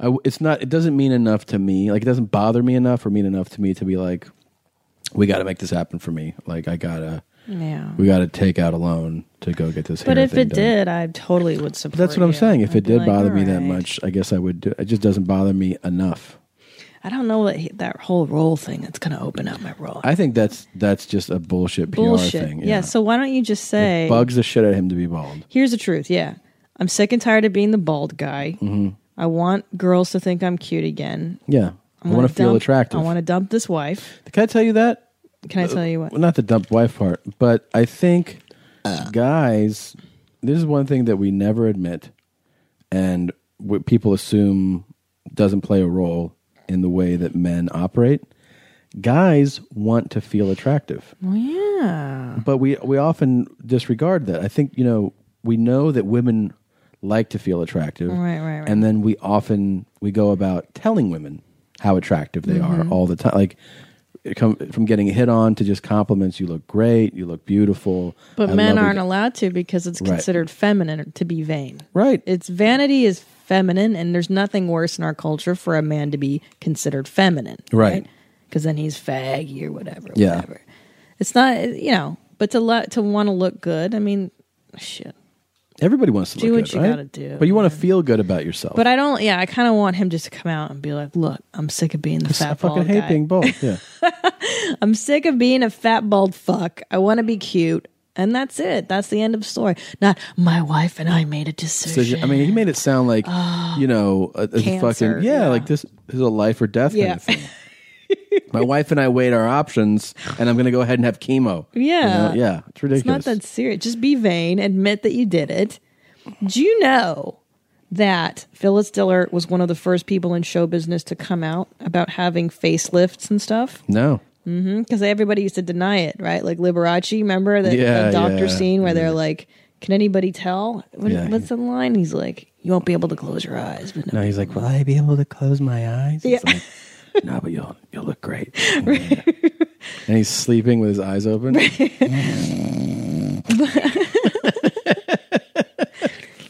S2: I w it's not. It doesn't mean enough to me. Like it doesn't bother me enough, or mean enough to me to be like, we got to make this happen for me. Like I gotta.
S1: Yeah.
S2: We got to take out a loan to go get this.
S1: But
S2: hair
S1: if
S2: thing
S1: it
S2: done.
S1: did, I totally would support.
S2: But that's what I'm
S1: you.
S2: saying. If
S1: I'd
S2: it
S1: be
S2: did
S1: like,
S2: bother
S1: "All
S2: me that
S1: right."
S2: much, I guess I would. Do, it just doesn't bother me enough.
S1: I don't know that he- that whole roll thing. That's going to open up my roll.
S2: I think that's that's just a bullshit, PR
S1: Bullshit.
S2: thing.
S1: yeah. So why don't you just say?
S2: bugs the shit out of him to be bald.
S1: Here's the truth. Yeah, I'm sick and tired of being the bald guy.
S2: hmm
S1: I want girls to think I'm cute again.
S2: Yeah. I
S1: wanna
S2: want to feel
S1: dump-
S2: attractive.
S1: I want to dump this wife.
S2: Can I tell you that?
S1: Can I tell you what?
S2: Well, not the dump wife part, but I think Uh. guys, this is one thing that we never admit, and what people assume doesn't play a role in the way that men operate. Guys want to feel attractive,
S1: Well, yeah.
S2: but we we often disregard that. I think you know we know that women like to feel attractive,
S1: Right, right, right.
S2: and then we often we go about telling women how attractive they
S1: Mhm.
S2: are all the time like it come from getting hit on to just compliments you look great you look beautiful
S1: But
S2: I
S1: men
S2: love
S1: aren't
S2: it.
S1: allowed to because it's
S2: Right.
S1: considered feminine to be vain.
S2: Right.
S1: It's vanity is feminine, and there's nothing worse in our culture for a man to be considered feminine.
S2: Right.
S1: Because then he's faggy or whatever.
S2: yeah
S1: It's not, you know, but to let to want to look good. I mean, shit.
S2: everybody wants to
S1: Do
S2: look
S1: what
S2: good,
S1: you
S2: right?
S1: gotta do,
S2: but you want to feel good about yourself
S1: But I don't. Yeah, I kind of want him just to come out and be like, "Look, I'm sick of being the
S2: i
S1: fat
S2: fucking
S1: bald
S2: hate
S1: guy. (laughs)
S2: being bald yeah
S1: I'm sick of being a fat bald fuck. I want to be cute." And that's it. That's the end of story. Not my wife and I made a
S2: so,
S1: decision.
S2: I mean, he made it sound like you know, a, a
S1: Oh, Cancer,
S2: fucking yeah, like this is a life or death
S1: Yeah.
S2: kind of thing. My wife and I weighed our options, and I'm going to go ahead and have chemo. You
S1: Yeah.
S2: know? yeah, it's ridiculous.
S1: It's not that serious. Just be vain. Admit that you did it. Do you know that Phyllis Diller was one of the first people in show business to come out about having facelifts and stuff?
S2: no,
S1: Because everybody used to deny it, right? Like Liberace, remember that
S2: Yeah,
S1: the doctor
S2: yeah, Mm.
S1: scene where they're like, "Can anybody tell what,
S2: Yeah.
S1: what's the line?" He's like, "You won't be able to close your eyes." But
S2: no, he's like, will I be able to close my eyes?
S1: yeah,
S2: no, but you'll you'll
S1: (laughs)
S2: look great. and he's sleeping with his eyes open.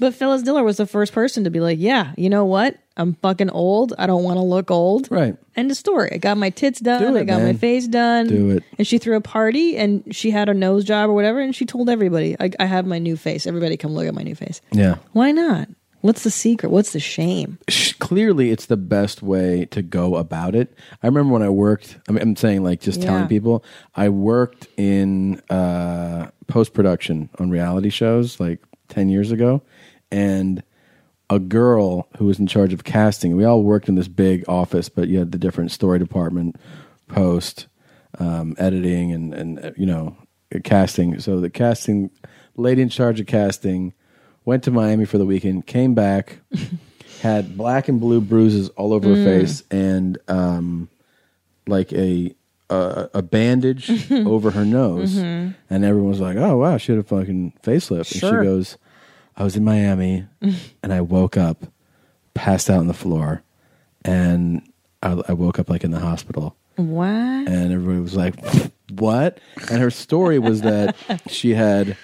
S1: But Phyllis Diller was the first person to be like, yeah, you know what? I'm fucking old. I don't want to look old.
S2: Right.
S1: End of story. I got my tits done.
S2: Do it,
S1: I got my
S2: man.
S1: face done.
S2: Do it.
S1: And she threw a party and she had a nose job or whatever. And she told everybody, I, I have my new face. Everybody come look at my new face.
S2: Yeah.
S1: Why not? What's the secret? What's the shame?
S2: sh- clearly it's the best way to go about it. I remember when I worked, I mean, I'm saying like just
S1: Yeah.
S2: telling people, I worked in uh, post production on reality shows like 10 years ago. And a girl who was in charge of casting, we all worked in this big office, but you had the different story department, post, um, editing, and, and, uh, you know, casting. So the casting lady in charge of casting went to Miami for the weekend, came
S12: (laughs)
S2: back had black and blue bruises all over her
S12: Mm.
S2: face and um, like a a, a
S12: (laughs)
S2: bandage over her nose.
S12: Mhm.
S2: And everyone was like, "Oh wow, she had a fucking facelift."
S12: Sure.
S2: And she goes, "I was
S12: (laughs)
S2: in Miami and I woke up, passed out on the floor, and I, I woke up like in the hospital."
S1: Why?
S2: And everybody was like, "What?" And her story was that she had.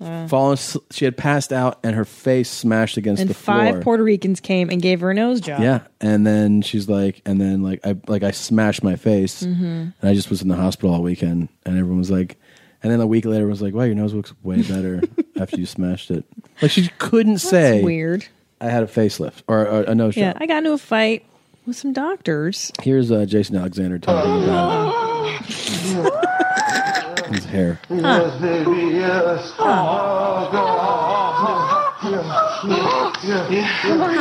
S1: Uh.
S2: Fallen, s- she had passed out and her face smashed against
S1: And
S2: the floor.
S1: five Puerto Ricans came and gave her a nose job.
S2: Yeah, and then she's like, and then like I like I smashed my face,
S1: Mhm.
S2: and I just was in the hospital all weekend, and everyone was like, and then a week later, everyone was like, wow, your nose looks
S1: (laughs)
S2: way better after you smashed it. Like she couldn't say
S1: weird.
S2: I had a facelift or, or uh, a nose
S1: Yeah.
S2: job.
S1: I got into a fight with some doctors.
S2: Here's uh, Jason Alexander talking
S1: (laughs)
S2: about his hair.
S6: Yes, baby, yes. Oh, Yeah, yeah,
S13: Oh,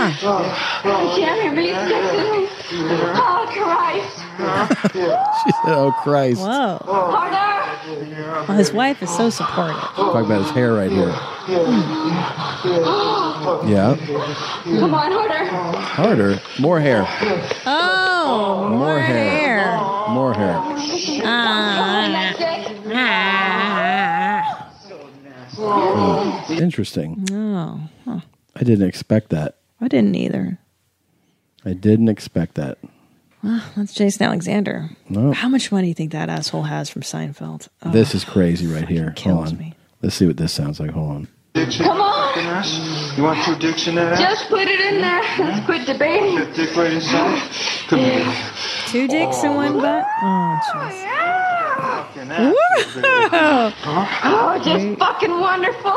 S13: Christ.
S2: She said, "Oh Christ!"
S1: Whoa.
S13: Harder.
S1: Well, his wife is so supportive.
S2: Talk about his hair right here. Yeah,
S13: Come on, harder.
S2: harder, more hair,
S1: Oh, more,
S2: hair. more hair.
S1: Ah. Ah.
S2: Hmm. Interesting.
S1: Oh, huh.
S2: I didn't expect that.
S1: I didn't either.
S2: I didn't expect that.
S1: Well, that's Jason Alexander.
S2: No.
S1: How much money do you think that asshole has from Seinfeld? Oh,
S2: This is crazy right here. Hold
S1: kills
S2: on. Let's see what this sounds like. Hold on.
S13: Come on.
S6: You want two dicks in that
S13: Just put it in there. Let's quit debating.
S6: dick right inside? Come here.
S1: two dicks in one butt. Oh, jeez. Woo!
S13: Oh, just
S6: Mm-hmm.
S13: fucking wonderful.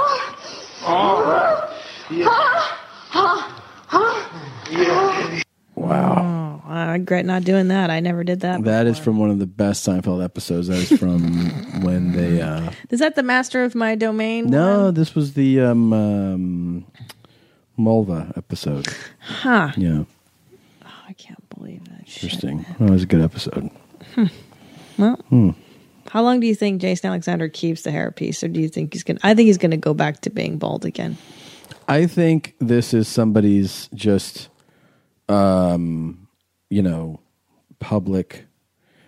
S13: Oh. Huh? Huh? Huh?
S1: Wow. Oh, I regret not doing that. I never did that.
S2: That is from one of the best Seinfeld episodes. That is from when they. Uh,
S1: Is that the master of my domain?
S2: no, this was the um, um, Mulva episode.
S1: Huh.
S2: Yeah,
S1: I can't believe that.
S2: interesting. That was a good episode.
S1: Well,
S2: Hmm.
S1: how long do you think Jason Alexander keeps the hair piece, or do you think he's gonna? I think he's gonna go back to being bald again.
S2: I think this is somebody's just, um, you know, public.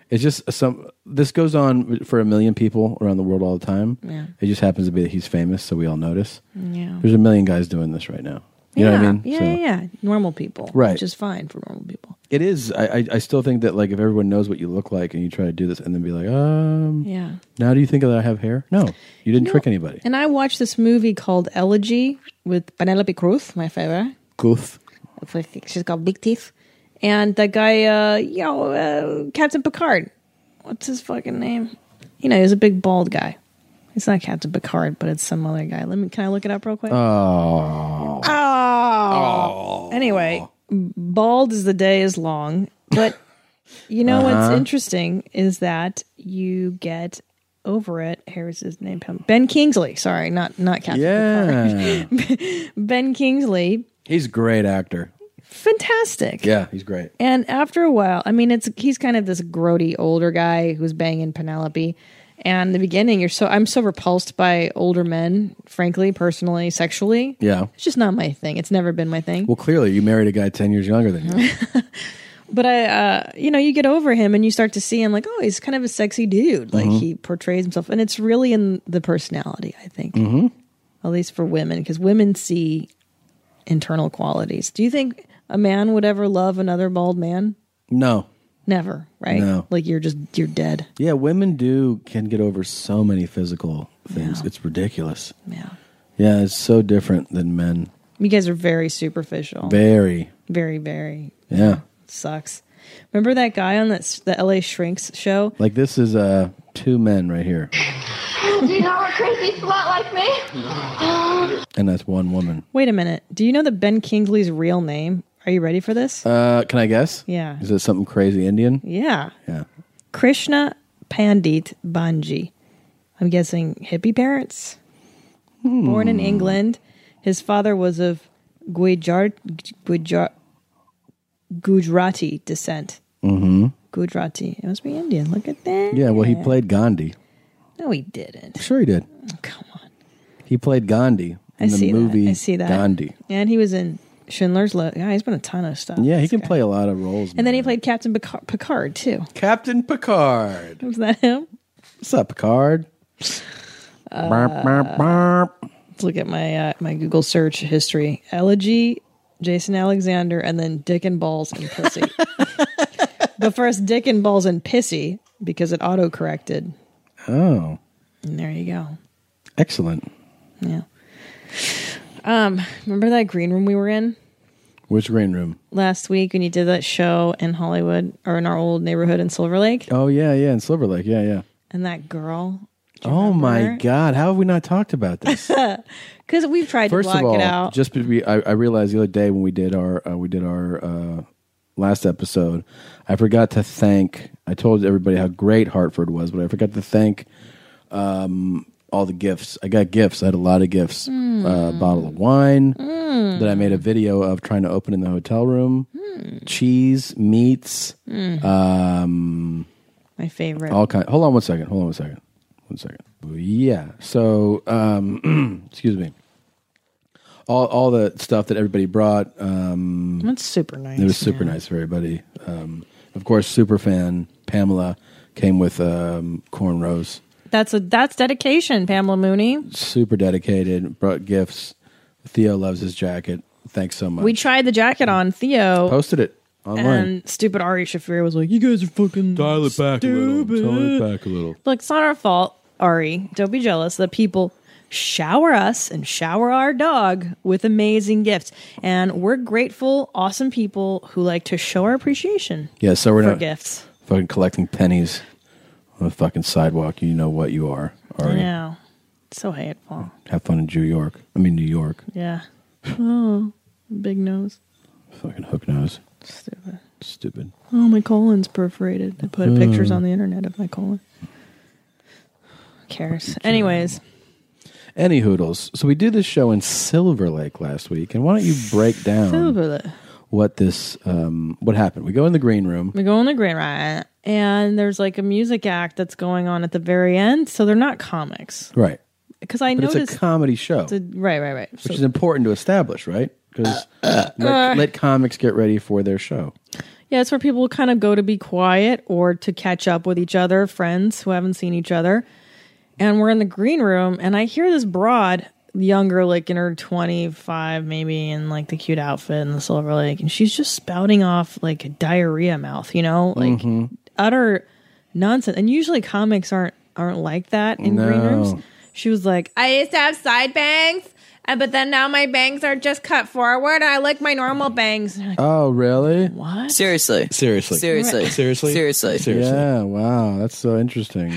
S2: It's just some. This goes on for a million people around the world all the time.
S1: Yeah.
S2: It just happens to be that he's famous, so we all notice.
S1: Yeah.
S2: There's a million guys doing this right now. You
S1: yeah,
S2: know what I mean?
S1: Yeah,
S2: So-
S1: yeah, yeah. Normal people,
S2: Right.
S1: Which is fine for normal people.
S2: It is. I, I, I still think that like if everyone knows what you look like and you try to do this and then be like, um,
S1: Yeah.
S2: Now do you think that I have hair? No, you didn't trick anybody.
S1: And I watched this movie called Elegy with Penelope Cruz, my favorite.
S2: Goof.
S1: She's got big teeth, and that guy, uh, you know, uh, Captain Picard. What's his fucking name? You know, he was a big bald guy. It's not Captain Picard, but it's some other guy. Let me. Can I look it up real quick?
S2: Oh.
S1: Oh. Anyway, bald as the day is long. But
S2: (laughs)
S1: you know
S2: Uh-huh.
S1: what's interesting is that you get over it. Here's his name. Ben Kingsley. Sorry, not not Captain.
S2: Yeah.
S1: Picard. ben Kingsley.
S2: he's a great actor.
S1: Fantastic.
S2: Yeah, he's great.
S1: And after a while, I mean, it's he's kind of this grody older guy who's banging Penelope. And in the beginning, you're so I'm so repulsed by older men, frankly, personally, sexually.
S2: Yeah.
S1: It's just not my thing. It's never been my thing.
S2: Well, clearly you married a guy ten years younger than you.
S1: But I, uh, you know, you get over him and you start to see him like, oh, he's kind of a sexy dude. Like
S2: Mhm.
S1: he portrays himself, and it's really in the personality, I think,
S2: mm-hmm.
S1: at least for women, because women see internal qualities. Do you think a man would ever love another bald man?
S2: No.
S1: Never, right?
S2: No.
S1: Like you're just you're dead.
S2: Yeah, women do can get over so many physical things. It's ridiculous.
S1: Yeah.
S2: Yeah, it's so different than men.
S1: You guys are very superficial.
S2: Very.
S1: Very, very.
S2: Yeah.
S1: Sucks. Remember that guy on that s- the LA Shrinks show?
S2: Like this is uh two men right here,
S13: Do you know a crazy slut like me?
S2: and that's one woman.
S1: Wait a minute. Do you know the Ben Kingsley's real name? Are you ready for this?
S2: Uh, can I guess?
S1: Yeah.
S2: Is it something crazy Indian?
S1: Yeah.
S2: Yeah.
S1: Krishna Pandit Banji. I'm guessing hippie parents. Born
S2: Hmm.
S1: in England. His father was of Gujar- Gujar- Gujarati descent.
S2: Mm-hmm.
S1: Gujarati. It must be Indian. Look at that.
S2: Yeah. Well, he played Gandhi.
S1: No, he didn't.
S2: Sure, he did.
S1: Come
S2: on. He played Gandhi in
S1: I
S2: the
S1: see
S2: movie.
S1: that. I see that.
S2: Gandhi.
S1: And he was in Schindler's List. Yeah, he's been a ton of stuff.
S2: Yeah, he can play a lot of roles.
S1: And then he played Captain Picard, Picard too. (laughs)
S2: Captain Picard.
S1: Was that him?
S2: What's up, Picard? Burp, burp, burp.
S1: Let's look at my uh, my Google search history. Elegy, Jason Alexander, and then Dick and Balls and Pussy. (laughs) but first, Dick and Balls and Pissy because it auto corrected.
S2: Oh,
S1: And there you go.
S2: excellent.
S1: Yeah. Um, remember that green room we were in
S2: Which green room?
S1: last week when you did that show in Hollywood or in our old neighborhood in Silver Lake?
S2: Oh yeah, yeah, in Silver Lake. Yeah, yeah.
S1: And that girl,
S2: Oh my God! How have we not talked about this?
S1: because we've tried
S2: First
S1: to block
S2: of all,
S1: it out.
S2: just to be, I, I realized the other day when we did our uh, we did our uh, last episode, I forgot to thank. I told everybody how great Hartford was, but I forgot to thank um, all the gifts. I got gifts. I had a lot of gifts. Uh,
S1: Hmm.
S2: bottle of wine that I made a video of trying to open in the hotel room.
S1: Hmm.
S2: Cheese, meats,
S1: Mm.
S2: um,
S1: My favorite.
S2: all kind. Hold on one second. Hold on one second. One second. Yeah. So, um, (clears throat) excuse me. All all the stuff that everybody brought. Um,
S1: That's super nice.
S2: It was super
S1: yeah.
S2: nice for everybody. Um, of course, super fan Pamela came with um, cornrows.
S1: That's a that's dedication, Pamela Mooney.
S2: Super dedicated. Brought gifts. Theo loves his jacket. Thanks so much.
S1: We tried the jacket on Theo,
S2: posted it online.
S1: and stupid Ari Shafir was like, "You guys are fucking dial it back stupid.
S2: back a little.
S1: Look, it's not our fault, Ari. Don't be jealous. The people shower us and shower our dog with amazing gifts, and we're grateful, awesome people who like to show our appreciation.
S2: Yeah, so we're
S1: for
S2: not
S1: gifts.
S2: fucking collecting pennies on the fucking sidewalk. You know what you are. All right.
S1: Yeah, so hateful.
S2: Have fun in New York. I mean New York. (laughs)
S1: Yeah. Oh, big nose.
S2: Fucking hook nose.
S1: Stupid.
S2: Stupid.
S1: Oh, my colon's perforated. I put pictures
S2: Mm.
S1: on the internet of my colon. Who cares? Anyways,
S2: Any hoodles. So we did this show in Silver Lake last week, and why don't you break down
S1: Silver.
S2: what this um, what happened? We go in the green room.
S1: we go on the Grand Riot, and there's like a music act that's going on at the very end, so they're not comics.
S2: Right.
S1: Because I
S2: but
S1: noticed
S2: it's a comedy show,
S1: it's a- right, right, right. So-
S2: which is important to establish, right?
S1: (coughs)
S2: Because let, let comics get ready for their show.
S1: yeah, it's where people kind of go to be quiet or to catch up with each other, friends who haven't seen each other. And we're in the green room, and I hear this broad, younger, like in her 25, maybe, in like the cute outfit and the silver lake, and she's just spouting off like a diarrhea mouth, you know, like
S2: Mhm.
S1: utter nonsense. And usually comics aren't aren't like that in green
S2: No.
S1: rooms. She was like,
S12: I used to have side bangs, uh, but then now my bangs are just cut forward, and I like my normal bangs. And you're like,
S2: Oh, really?
S1: What?
S2: Seriously? Seriously?
S12: Seriously. Right.
S2: Seriously? Seriously?
S12: Seriously.
S2: Yeah. Wow, that's so interesting.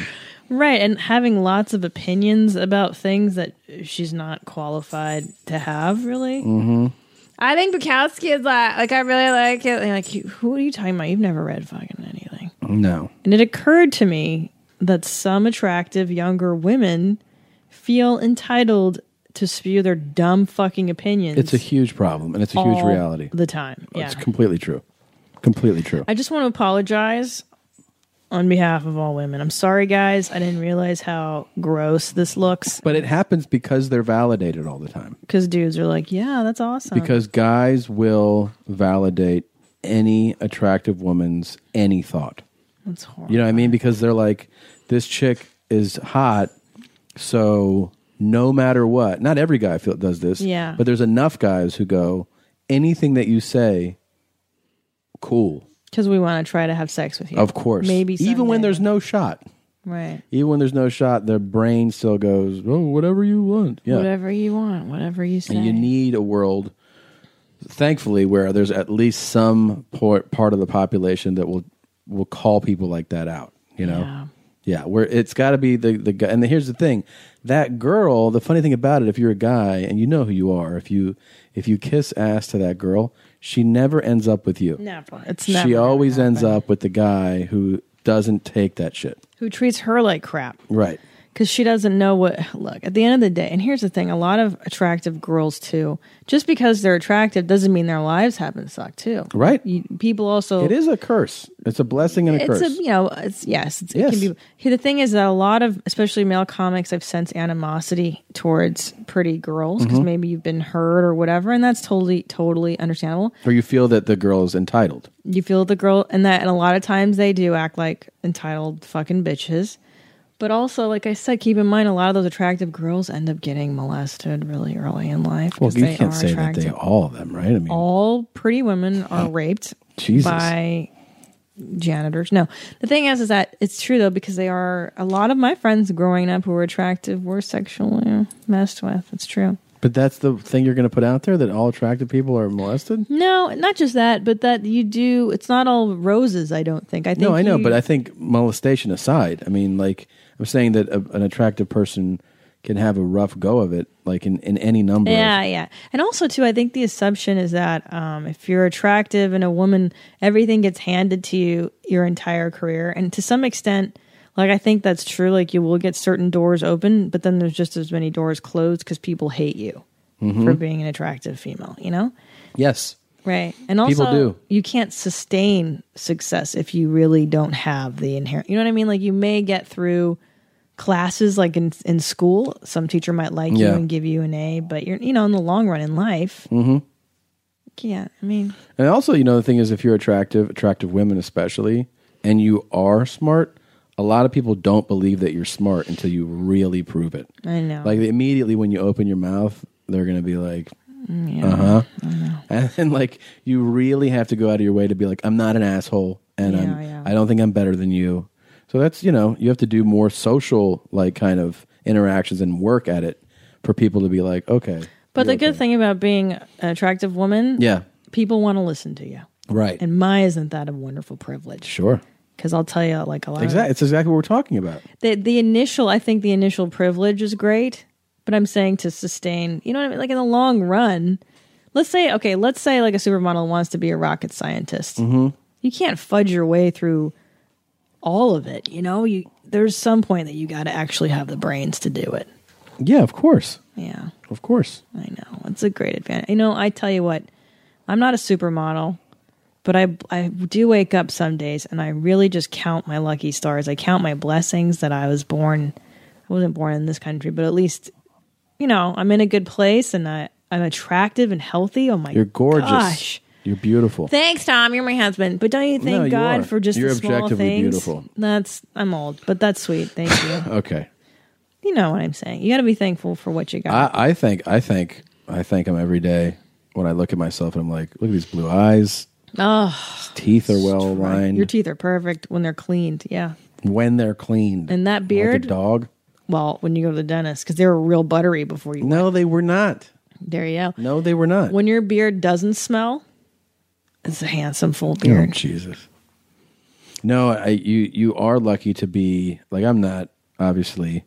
S1: Right, and having lots of opinions about things that she's not qualified to have, really.
S2: Mm-hmm.
S12: I think Bukowski is like, like I really like it.
S1: And you're like, "You- who are you talking about? You've never read fucking anything.
S2: No.
S1: And it occurred to me that some attractive younger women feel entitled to spew their dumb fucking opinions.
S2: It's a huge problem, and it's a huge
S1: all
S2: reality. Oh,
S1: the time. Yeah,
S2: It's completely true. Completely true.
S1: I just want to apologize on behalf of all women. I'm sorry, guys. I didn't realize how gross this looks.
S2: But it happens because they're validated all the time.
S1: Because dudes are like, yeah, that's awesome.
S2: Because guys will validate any attractive woman's any thought.
S1: that's horrible.
S2: You know what I mean? Because they're like, this chick is hot, so no matter what, not every guy feel, does this.
S1: Yeah.
S2: But there's enough guys who go, anything that you say, cool.
S1: Because we want to try to have sex with you.
S2: Of course.
S1: Maybe
S2: even when there's no shot.
S1: Right.
S2: Even when there's no shot, the brain still goes, "Oh, whatever you want." Yeah.
S1: Whatever you want, whatever you say.
S2: And you need a world, thankfully, where there's at least some por- part of the population that will will call people like that out. You know, yeah, where it's got to be the the guy. And here's the thing: that girl. The funny thing about it, if you're a guy and you know who you are, if you if you kiss ass to that girl, she never ends up with you.
S1: Never. It's never.
S2: She always ends up with the guy who doesn't take that shit.
S1: Who treats her like crap.
S2: Right.
S1: because she doesn't know what look at the end of the day and here's the thing a lot of attractive girls too just because they're attractive doesn't mean their lives happen to suck too
S2: Right.
S1: You- people also
S2: It is a curse. It's a blessing and a
S1: it's
S2: curse.
S1: a you know it's yes, it's,
S2: Yes.
S1: it can be here, the thing is that a lot of especially male comics i've sensed animosity towards pretty girls because
S2: Mhm.
S1: maybe you've been hurt or whatever and that's totally totally understandable
S2: or you feel that the girl is entitled.
S1: you feel the girl and that and a lot of times they do act like entitled fucking bitches but also like i said keep in mind a lot of those attractive girls end up getting molested really early in life
S2: Well,
S1: 'cause
S2: you
S1: they
S2: can't
S1: are
S2: say that they
S1: attractive.
S2: all of them, right? I mean,
S1: all pretty women are raped
S2: Jesus.
S1: by janitors no the thing is is that it's true though because they are a lot of my friends growing up who were attractive were sexually messed with it's true
S2: but that's the thing you're going to put out there that all attractive people are molested.
S1: no not just that but that you do it's not all roses i don't think i think
S2: no, I know,
S1: you-
S2: but I think molestation aside, I mean, like I'm saying that a, an attractive person can have a rough go of it, like in, in any number. of-
S1: Yeah, yeah. And also too, I think the assumption is that um, if you're attractive and a woman, everything gets handed to you your entire career, and to some extent, like I think that's true. Like you will get certain doors open, but then there's just as many doors closed because people hate you
S2: Mhm.
S1: for being an attractive female. You know,
S2: yes,
S1: right? And also,
S2: People do.
S1: you can't sustain success if you really don't have the inherent. You know what I mean? Like you may get through classes like in in school some teacher might like you
S2: Yeah.
S1: and give you an A but you're you know in the long run in life
S2: hmm
S1: yeah i mean
S2: And also, you know, the thing is, if you're attractive, attractive women especially, and you are smart, a lot of people don't believe that you're smart until you really prove it.
S1: i know
S2: Like immediately when you open your mouth, they're gonna be like,
S1: Mm, yeah.
S2: uh huh, and then like you really have to go out of your way to be like, I'm not an asshole, and I'm, I don't think I'm better than you. So that's you know you have to do more social like kind of interactions and work at it for people to be like, okay,
S1: but the good thing about being an attractive woman
S2: yeah,
S1: people want to listen to you
S2: right,
S1: and my isn't that a wonderful privilege
S2: sure,
S1: because i'll tell you like a lot
S2: exactly.
S1: of
S2: It's exactly what we're talking about.
S1: the, the initial i think the initial privilege is great but i'm saying to sustain you know what i mean like in the long run let's say okay let's say like a supermodel wants to be a rocket scientist
S2: Mm-hmm.
S1: you can't fudge your way through all of it you know you there's some point that you got to actually have the brains to do it
S2: Yeah, of course,
S1: yeah
S2: of course.
S1: i know it's a great advantage you know i tell you what i'm not a supermodel but i i do wake up some days and i really just count my lucky stars i count my blessings that i was born i wasn't born in this country but at least you know i'm in a good place and i i'm attractive and healthy oh my
S2: You're gorgeous.
S1: gosh
S2: You're beautiful.
S1: Thanks, Tom. You're my husband. But don't you thank
S2: No, you
S1: God
S2: are.
S1: for just
S2: You're
S1: the small
S2: objectively
S1: things?
S2: beautiful.
S1: That's I'm old, but that's sweet. Thank
S2: (laughs)
S1: you.
S2: okay.
S1: you know what I'm saying. You got to be thankful for what you got.
S2: I, I think I think I thank him every day when I look at myself and I'm like, look at these blue eyes,
S1: oh,
S2: teeth are well
S1: right.
S2: lined
S1: your teeth are perfect when they're cleaned. Yeah,
S2: when they're cleaned.
S1: and that
S2: like
S1: beard.
S2: a dog.
S1: well, when you go to the dentist, because they were real buttery before you.
S2: No, they were not.
S1: There you go.
S2: No, they were not.
S1: When your beard doesn't smell, it's a handsome full
S2: Oh,
S1: beard.
S2: Jesus. No, I you you are lucky to be like I'm not obviously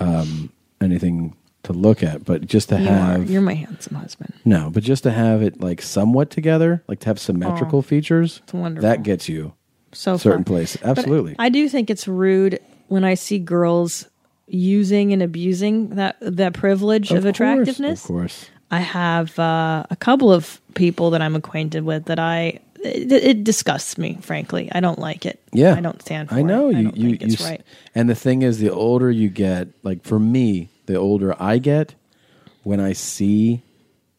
S2: um, anything to look at, but just to
S1: you
S2: have
S1: are. You're my handsome husband.
S2: no, but just to have it like somewhat together, like to have symmetrical features,
S1: it's wonderful.
S2: that gets you
S1: so
S2: certain
S1: far.
S2: places.
S1: But
S2: Absolutely,
S1: I do think it's rude when I see girls using and abusing that that privilege of,
S2: Of course,
S1: attractiveness.
S2: of course.
S1: I have uh, a couple of people that I'm acquainted with that I it, it disgusts me. Frankly, I don't like it.
S2: Yeah,
S1: I don't stand for
S2: I know
S1: it.
S2: you.
S1: I don't
S2: you,
S1: think
S2: you
S1: it's
S2: s-
S1: right.
S2: And the thing is, the older you get, like for me, the older I get, when I see,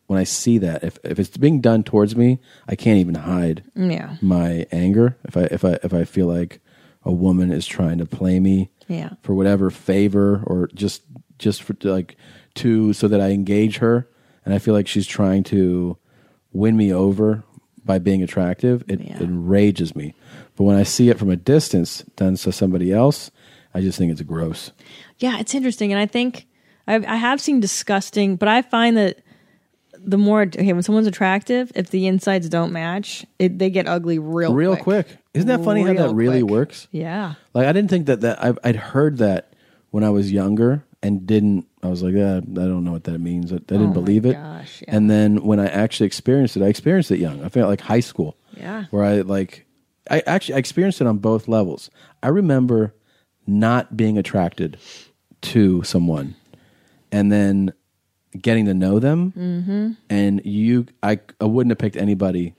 S2: when I see that, if if it's being done towards me, I can't even hide.
S1: Yeah.
S2: my anger. If I if I if I feel like a woman is trying to play me,
S1: Yeah.
S2: for whatever favor or just just for like to so that I engage her, and I feel like she's trying to win me over by being attractive. It enrages me. But when I see it from a distance done to somebody else, I I just think it's gross.
S1: Yeah, it's interesting, and I think I've, I have seen disgusting, but I find that the more okay, when someone's attractive, if the insides don't match, it, they get ugly real
S2: Real quick. Isn't that funny how that
S1: Real
S2: really works?
S1: Yeah,
S2: Like I didn't think that that I've, I'd heard that when I was younger and didn't. I was like, eh, I don't know what that means. I,
S1: Oh
S2: I didn't
S1: my
S2: believe it.
S1: gosh,
S2: And then when I actually experienced it, I experienced it young. I felt like high school.
S1: Yeah.
S2: Where I like, I actually I experienced it on both levels. I remember not being attracted to someone, and then getting to know them,
S1: Mm-hmm.
S2: and you, I, I wouldn't have picked anybody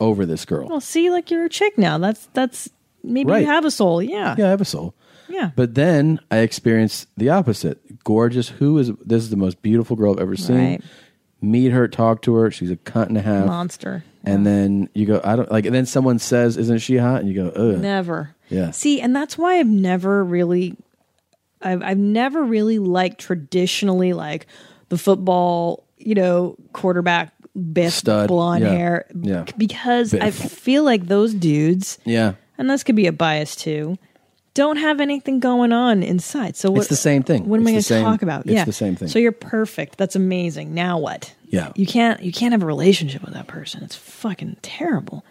S2: over this girl.
S1: Well, see, like you're a chick now. That's that's maybe
S2: Right.
S1: you have a soul. Yeah.
S2: Yeah, I have a soul.
S1: Yeah.
S2: But then I experienced the opposite. Gorgeous. Who is this? Is the most beautiful girl I've ever seen.
S1: Right.
S2: Meet her, talk to her. She's a cunt and a half.
S1: Monster.
S2: And then you go, I don't like. And then someone says, "Isn't she hot?" And you go, "Ugh."
S1: Never.
S2: Yeah.
S1: See, and that's why I've never really, I've I've never really liked traditionally like the football, you know, quarterback biff
S2: Stud.
S1: blonde
S2: Yeah.
S1: hair.
S2: Yeah.
S1: Because I
S2: Biff.
S1: feel like those dudes,
S2: Yeah.
S1: and this could be a bias too, don't have anything going on inside. So what,
S2: It's the same thing.
S1: What am I going
S2: It's
S1: to
S2: the same-
S1: talk about?
S2: it's
S1: yeah,
S2: the same thing.
S1: So you're perfect. That's amazing. Now what?
S2: Yeah.
S1: you can't you can't have a relationship with that person. It's fucking terrible.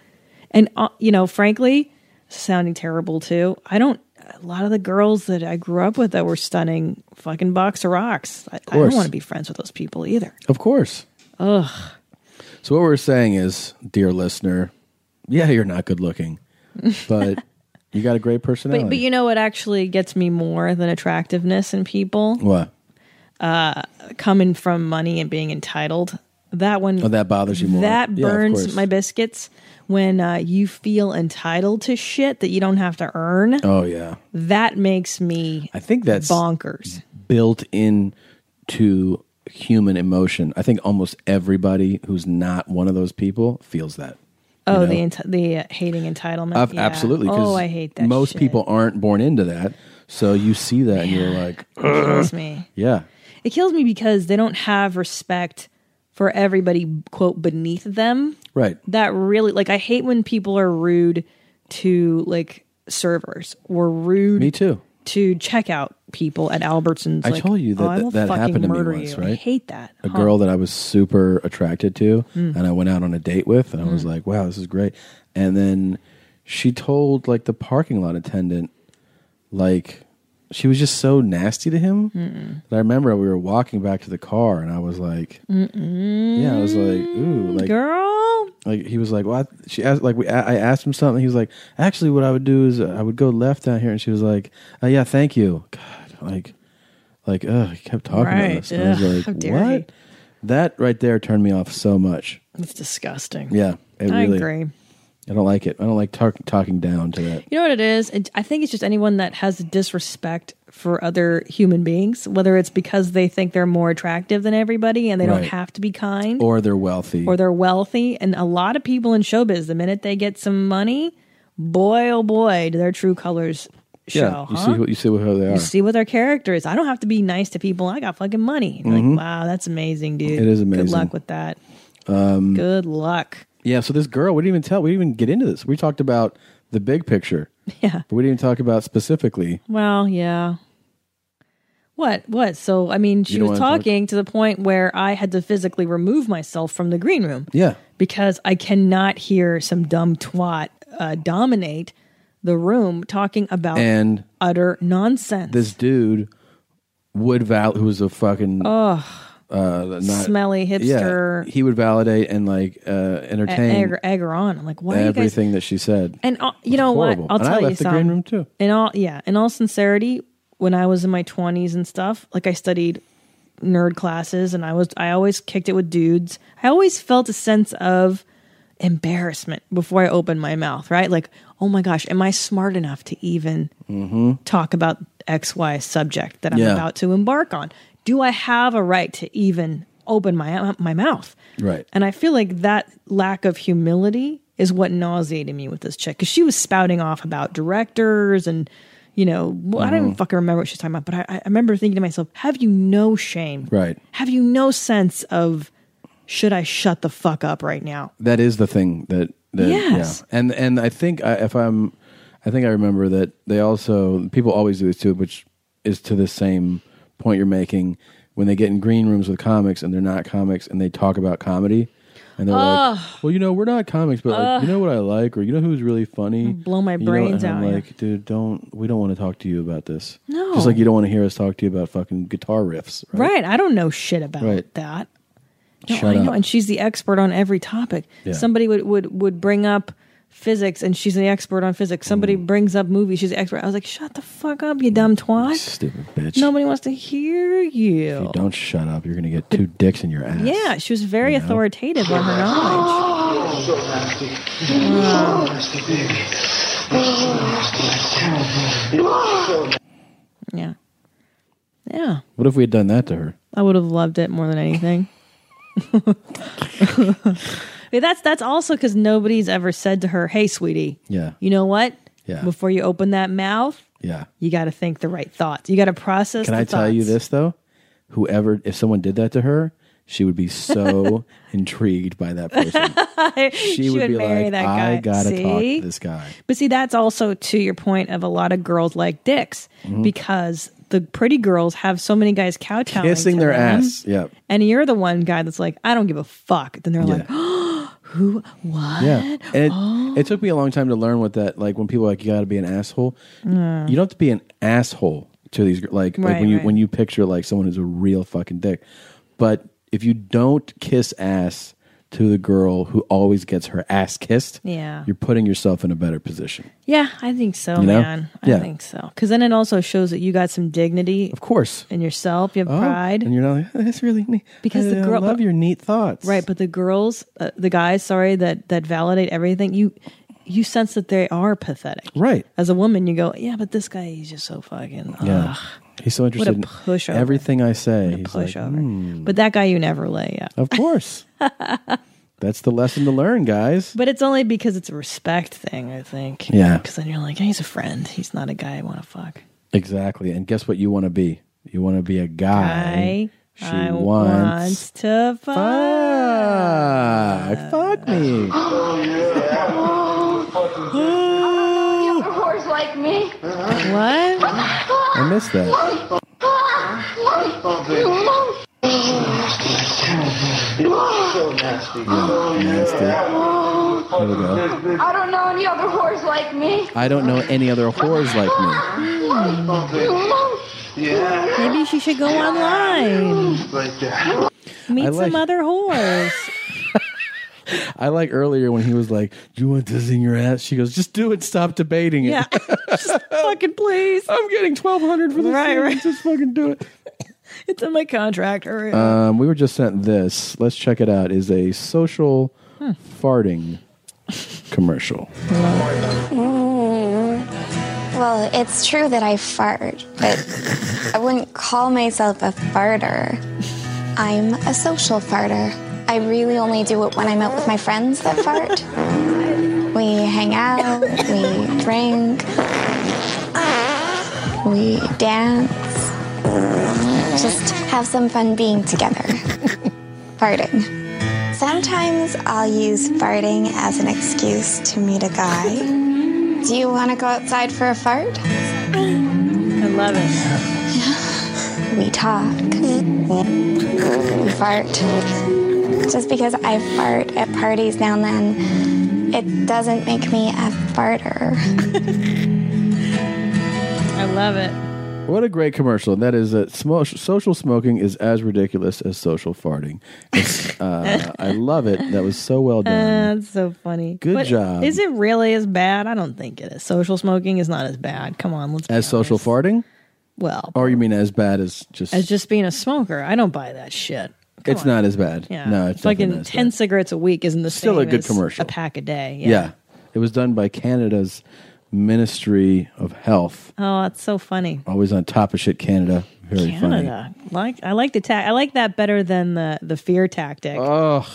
S1: And uh, you know, frankly, sounding terrible too. I don't. A lot of the girls that I grew up with that were stunning fucking box of rocks. I, I don't
S2: course.
S1: want to be friends with those people either.
S2: Of course.
S1: Ugh.
S2: So what we're saying is, dear listener, yeah, you're not good looking,
S1: (laughs)
S2: but you got a great personality.
S1: But but you know what actually gets me more than attractiveness in people
S2: what?
S1: uh, coming from money and being entitled. That one
S2: Oh, that bothers you more.
S1: That
S2: Yeah, of
S1: burns
S2: course.
S1: my biscuits when uh, you feel entitled to shit that you don't have to earn.
S2: Oh yeah.
S1: That makes me
S2: I think that's
S1: bonkers.
S2: built in to human emotion. I think almost everybody who's not one of those people feels that.
S1: Oh,
S2: you know?
S1: the enti- the uh, hating entitlement.
S2: Ab-
S1: Yeah.
S2: Absolutely. 'cause
S1: Oh, I hate that.
S2: Most
S1: shit.
S2: people aren't born into that. So you see that and you're like,
S1: kills
S2: "Ugh."
S1: me.
S2: Yeah.
S1: It kills me because they don't have respect for everybody quote beneath them.
S2: Right.
S1: That really like I hate when people are rude to like servers or rude.
S2: Me too.
S1: To checkout people at Albertsons.
S2: I
S1: like,
S2: told you that-
S1: "Oh, I
S2: that-
S1: will
S2: that
S1: fucking
S2: happened to me
S1: murder
S2: once,
S1: you." I
S2: right?
S1: hate that.
S2: A
S1: Huh.
S2: girl that I was super attracted to
S1: Mm.
S2: and I went out on a date with and I was like, wow, this is great. And then she told like the parking lot attendant, like, she was just so nasty to him.
S1: Mm-mm.
S2: that I remember we were walking back to the car and I was like,
S1: Mm-mm.
S2: yeah, I was like, ooh, like
S1: girl.
S2: Like he was like, well, I, she asked, like we, I I asked him something. He was like, actually, what I would do is uh, I would go left down here, and she was like, uh, yeah, thank you. God, like, like, ugh, he kept talking
S1: Right.
S2: about this. And I was
S1: Ugh,
S2: like,
S1: how dare he.
S2: what? That right there turned me off so much.
S1: It's disgusting.
S2: Yeah, it
S1: I
S2: really-
S1: agree.
S2: I don't like it. I don't like talk, talking down to that.
S1: You know what it is? It, I think it's just anyone that has disrespect for other human beings, whether it's because they think they're more attractive than everybody and they don't
S2: Right.
S1: have to be kind,
S2: Or they're wealthy.
S1: or they're wealthy. And a lot of people in showbiz, the minute they get some money, boy oh boy, do their true colors show.
S2: yeah, you
S1: huh?
S2: see who you see who they are.
S1: You see what their character is. I don't have to be nice to people. I got fucking money. You're
S2: Mhm.
S1: Like, wow, that's amazing, dude.
S2: It is
S1: Good
S2: amazing.
S1: luck with that.
S2: um,
S1: Good luck.
S2: Yeah, so this girl, we didn't even tell, we didn't even get into this. We talked about the big picture.
S1: Yeah.
S2: But we didn't talk about specifically.
S1: Well, yeah. What? What? So, I mean, she
S2: don't
S1: was
S2: wanna talk?
S1: talking to the point where I had to physically remove myself from the green room (laughs)
S2: Yeah.
S1: because I cannot hear some dumb twat uh, dominate the room talking about
S2: And
S1: utter nonsense.
S2: this dude, Wood Val, who was a fucking
S1: Ugh.
S2: uh, not,
S1: Smelly hipster.
S2: Yeah, he would validate and like uh, entertain
S1: egger, egger on. I'm like, why are you guys?
S2: everything that she said.
S1: And uh, you know
S2: horrible.
S1: what? I'll
S2: And I
S1: tell you
S2: left the green
S1: something.
S2: room, too.
S1: In all, yeah, in all sincerity, when I was in my twenties and stuff, like I studied nerd classes, and I was I always kicked it with dudes. I always felt a sense of embarrassment before I opened my mouth. Right? Like, oh my gosh, am I smart enough to even talk about X Y subject that I'm
S2: Mm-hmm. Yeah.
S1: about to embark on? Do I have a right to even open my my mouth?
S2: Right.
S1: And I feel like that lack of humility is what nauseated me with this chick because she was spouting off about directors and, you know, well, I don't even
S2: Mhm.
S1: fucking remember what she was talking about, but I, I remember thinking to myself, have you no shame?
S2: Right.
S1: Have you no sense of, should I shut the fuck up right now?
S2: That is the thing that, that
S1: Yes.
S2: yeah. And and I think I, if I'm I I think I remember that they also people always do this too, which is to the same point you're making when they get in green rooms with comics and they're not comics and they talk about comedy and they're
S1: Ugh.
S2: like, well, you know, we're not comics, but like,
S1: Ugh.
S2: you know what I like, or you know who's really funny,
S1: Blow my
S2: You know,
S1: brains
S2: and I'm
S1: out, yeah.
S2: Like, dude, don't we don't want to talk to you about this?
S1: No.
S2: just like you don't want to hear us talk to you about fucking guitar riffs, right?
S1: Right. I don't know shit about
S2: Right.
S1: that. No,
S2: Shut
S1: I know.
S2: up.
S1: And she's the expert on every topic.
S2: Yeah.
S1: Somebody would, would, would bring up physics and she's the expert on physics.
S2: Mm.
S1: Somebody brings up movies. She's the expert. I was like, shut the fuck up, you dumb twat.
S2: Stupid bitch.
S1: Nobody wants to hear
S2: If you
S1: you.
S2: don't shut up, you're gonna get two dicks in your ass.
S1: Yeah. She was very
S2: You know?
S1: authoritative on her knowledge.
S6: So nasty. So nasty, baby. So nasty.
S1: Yeah. Yeah.
S2: What if we had done that to her?
S1: I would have loved it more than
S2: (laughs)
S1: anything. Yeah, that's that's also because nobody's ever said to her, "Hey, sweetie,
S2: Yeah.
S1: you know what?
S2: Yeah.
S1: Before you open that mouth,
S2: Yeah.
S1: you got to think the right thoughts. You got to process.
S2: Can
S1: the
S2: I tell you
S1: thoughts.
S2: this though? Whoever, if someone did that to her, she would
S1: (laughs)
S2: be so intrigued by that person.
S1: she, (laughs)
S2: She, would,
S1: would,
S2: be
S1: marry
S2: like,
S1: that guy.
S2: I gotta talk
S1: See?
S2: to this guy.
S1: But see, that's also to your point of a lot of girls like dicks
S2: Mhm.
S1: because the pretty girls have so many guys kowtowing,
S2: Kissing
S1: to
S2: their
S1: them,
S2: ass. Yep.
S1: and you're the one guy that's like, I don't give a fuck. Then they're
S2: Yeah.
S1: like, (gasps) who? What? (gasps)
S2: Yeah. And it,
S1: Oh.
S2: it took me a long time to learn what that, like when people are like, you gotta be an asshole.
S1: Mm.
S2: You don't have to be an asshole to these, gr- like, like
S1: Right,
S2: when you,
S1: right.
S2: when you picture like someone who's a real fucking dick. But if you don't kiss ass to the girl who always gets her ass kissed,
S1: Yeah.
S2: you're putting yourself in a better position.
S1: Yeah, I think so,
S2: You know?
S1: man. I
S2: Yeah.
S1: think so. Because then it also shows that you got some dignity, of
S2: course,
S1: in yourself. You have
S2: Oh,
S1: pride,
S2: and you're not like, that's really neat.
S1: Because the
S2: I
S1: girl,
S2: love your neat thoughts,
S1: right? But the girls, uh, the guys, sorry, that that validate everything. You you sense that they are pathetic,
S2: right?
S1: As a woman, you go, yeah, but this guy, he's just so fucking.
S2: Yeah.
S1: ugh."
S2: He's so
S1: What a
S2: interested in
S1: pushover.
S2: everything I say. He's like,
S1: pushover.
S2: "Hmm."
S1: But that guy, you never lay up. (laughs)
S2: Of course. That's the lesson to learn, guys.
S1: But it's only because it's a respect thing, I think.
S2: Yeah.
S1: Because then you're like, he's a friend. He's not a guy I want to fuck.
S2: Exactly. And guess what you want to be? You want to be a guy.
S1: I,
S2: she
S1: I
S2: wants
S1: wants to fuck. Ah.
S2: fuck. Ah, Fuck me. (gasps)
S13: You other whores like me.
S1: What?
S2: I missed that.
S6: So nasty. So nasty.
S2: There we go.
S13: I don't know any other whores like me.
S2: I don't know any other whores like
S13: Mm.
S6: Yeah.
S1: Maybe she should go online.
S6: Like that.
S1: Meet
S2: I like-
S1: some other
S2: (laughs)
S1: whores.
S2: me. I like earlier when he was like, Do you want this in your ass? She goes, Just do it. Stop debating it.
S1: yeah. Just fucking please.
S2: I'm getting 1200 for this
S1: Right,
S2: thing.
S1: right.
S2: Just fucking do it.
S1: It's in my contract. Hurry up.
S2: Um, we were just sent this. Let's check it out. Is a social
S1: Hmm.
S2: farting commercial.
S14: Mm. Well, it's true that I fart, but I wouldn't call myself a farter. I'm a social farter. I really only do it when I'm out with my friends that fart. We hang out, we drink, we dance, just have some fun being together. Farting. Sometimes I'll use farting as an excuse to meet a guy. Do you want to go outside for a fart?
S1: I love it.
S14: We talk. We fart. Just because I fart at parties now and then, it doesn't make me a farter.
S1: I love it.
S2: What a great commercial. And that is that smo- social smoking is as ridiculous as social farting. It's,
S1: (laughs)
S2: uh, I love it. That was so well done.
S1: Uh, that's so funny.
S2: Good job.
S1: Is it really as bad? I don't think it is. Social smoking is not as bad. Come on, let's.
S2: as social farting?
S1: Well,
S2: Or you mean as bad as just.
S1: as just being a smoker, I don't buy that shit. Come
S2: it's
S1: on.
S2: not as bad.
S1: Yeah.
S2: No, it's definitely not
S1: fucking
S2: as
S1: ten cigarettes a week isn't the
S2: Still
S1: same
S2: a good
S1: as
S2: commercial.
S1: A pack a day.
S2: bad. yeah. It was done by Canada's Ministry of Health.
S1: Oh, that's so funny.
S2: Always on top of shit, Canada. Very funny.
S1: Canada. Like I like the ta- I like that better than the the fear tactic.
S2: Ugh.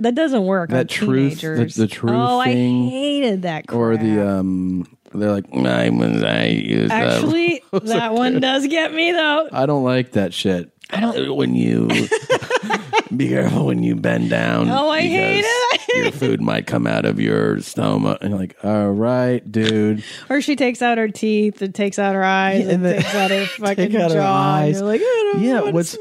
S1: That doesn't work on
S2: Uh, That truth-
S1: teenagers.
S2: the- the truth
S1: Oh,
S2: thing.
S1: I hated that. Crap.
S2: Or the um, they're like I was I used that." (laughs)
S1: Actually, that one does get me though.
S2: (laughs) I don't like that shit. I don't when you Be careful when you bend down.
S1: Oh, I hate
S2: because
S1: (laughs)
S2: Your food might come out of your stomach. And you're like, all right, dude.
S1: Or she takes out her teeth and takes out her eyes and
S2: the-
S1: takes out
S2: (laughs)
S1: her fucking
S2: out her
S1: jaw. and
S2: eyes.
S1: you're like, I don't
S2: yeah,
S1: want
S2: what's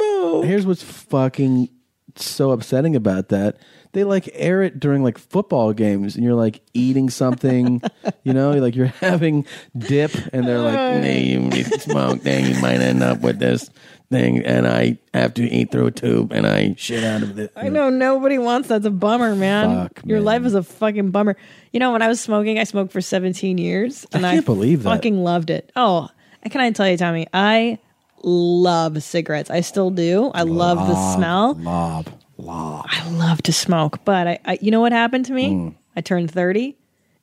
S2: here's what's fucking so upsetting about that. They like air it during like football games, and you're like
S1: (laughs)
S2: eating something, you know, like you're having dip, and they're like, "Hey, you need to smoke, then you might end up with this thing." And I have to eat through a tube, and I shit out of it.
S1: I know nobody wants that's a bummer, man. Your life is a fucking bummer. You know, when I was smoking, I smoked for 17 years and I,
S2: can't believe that.
S1: fucking loved it. Oh, and can I tell you, Tommy, I love cigarettes. I still do. I love the
S2: Lob,
S1: smell.
S2: Lob, lob.
S1: I love to smoke, but I, I you know what happened to me? I turned 30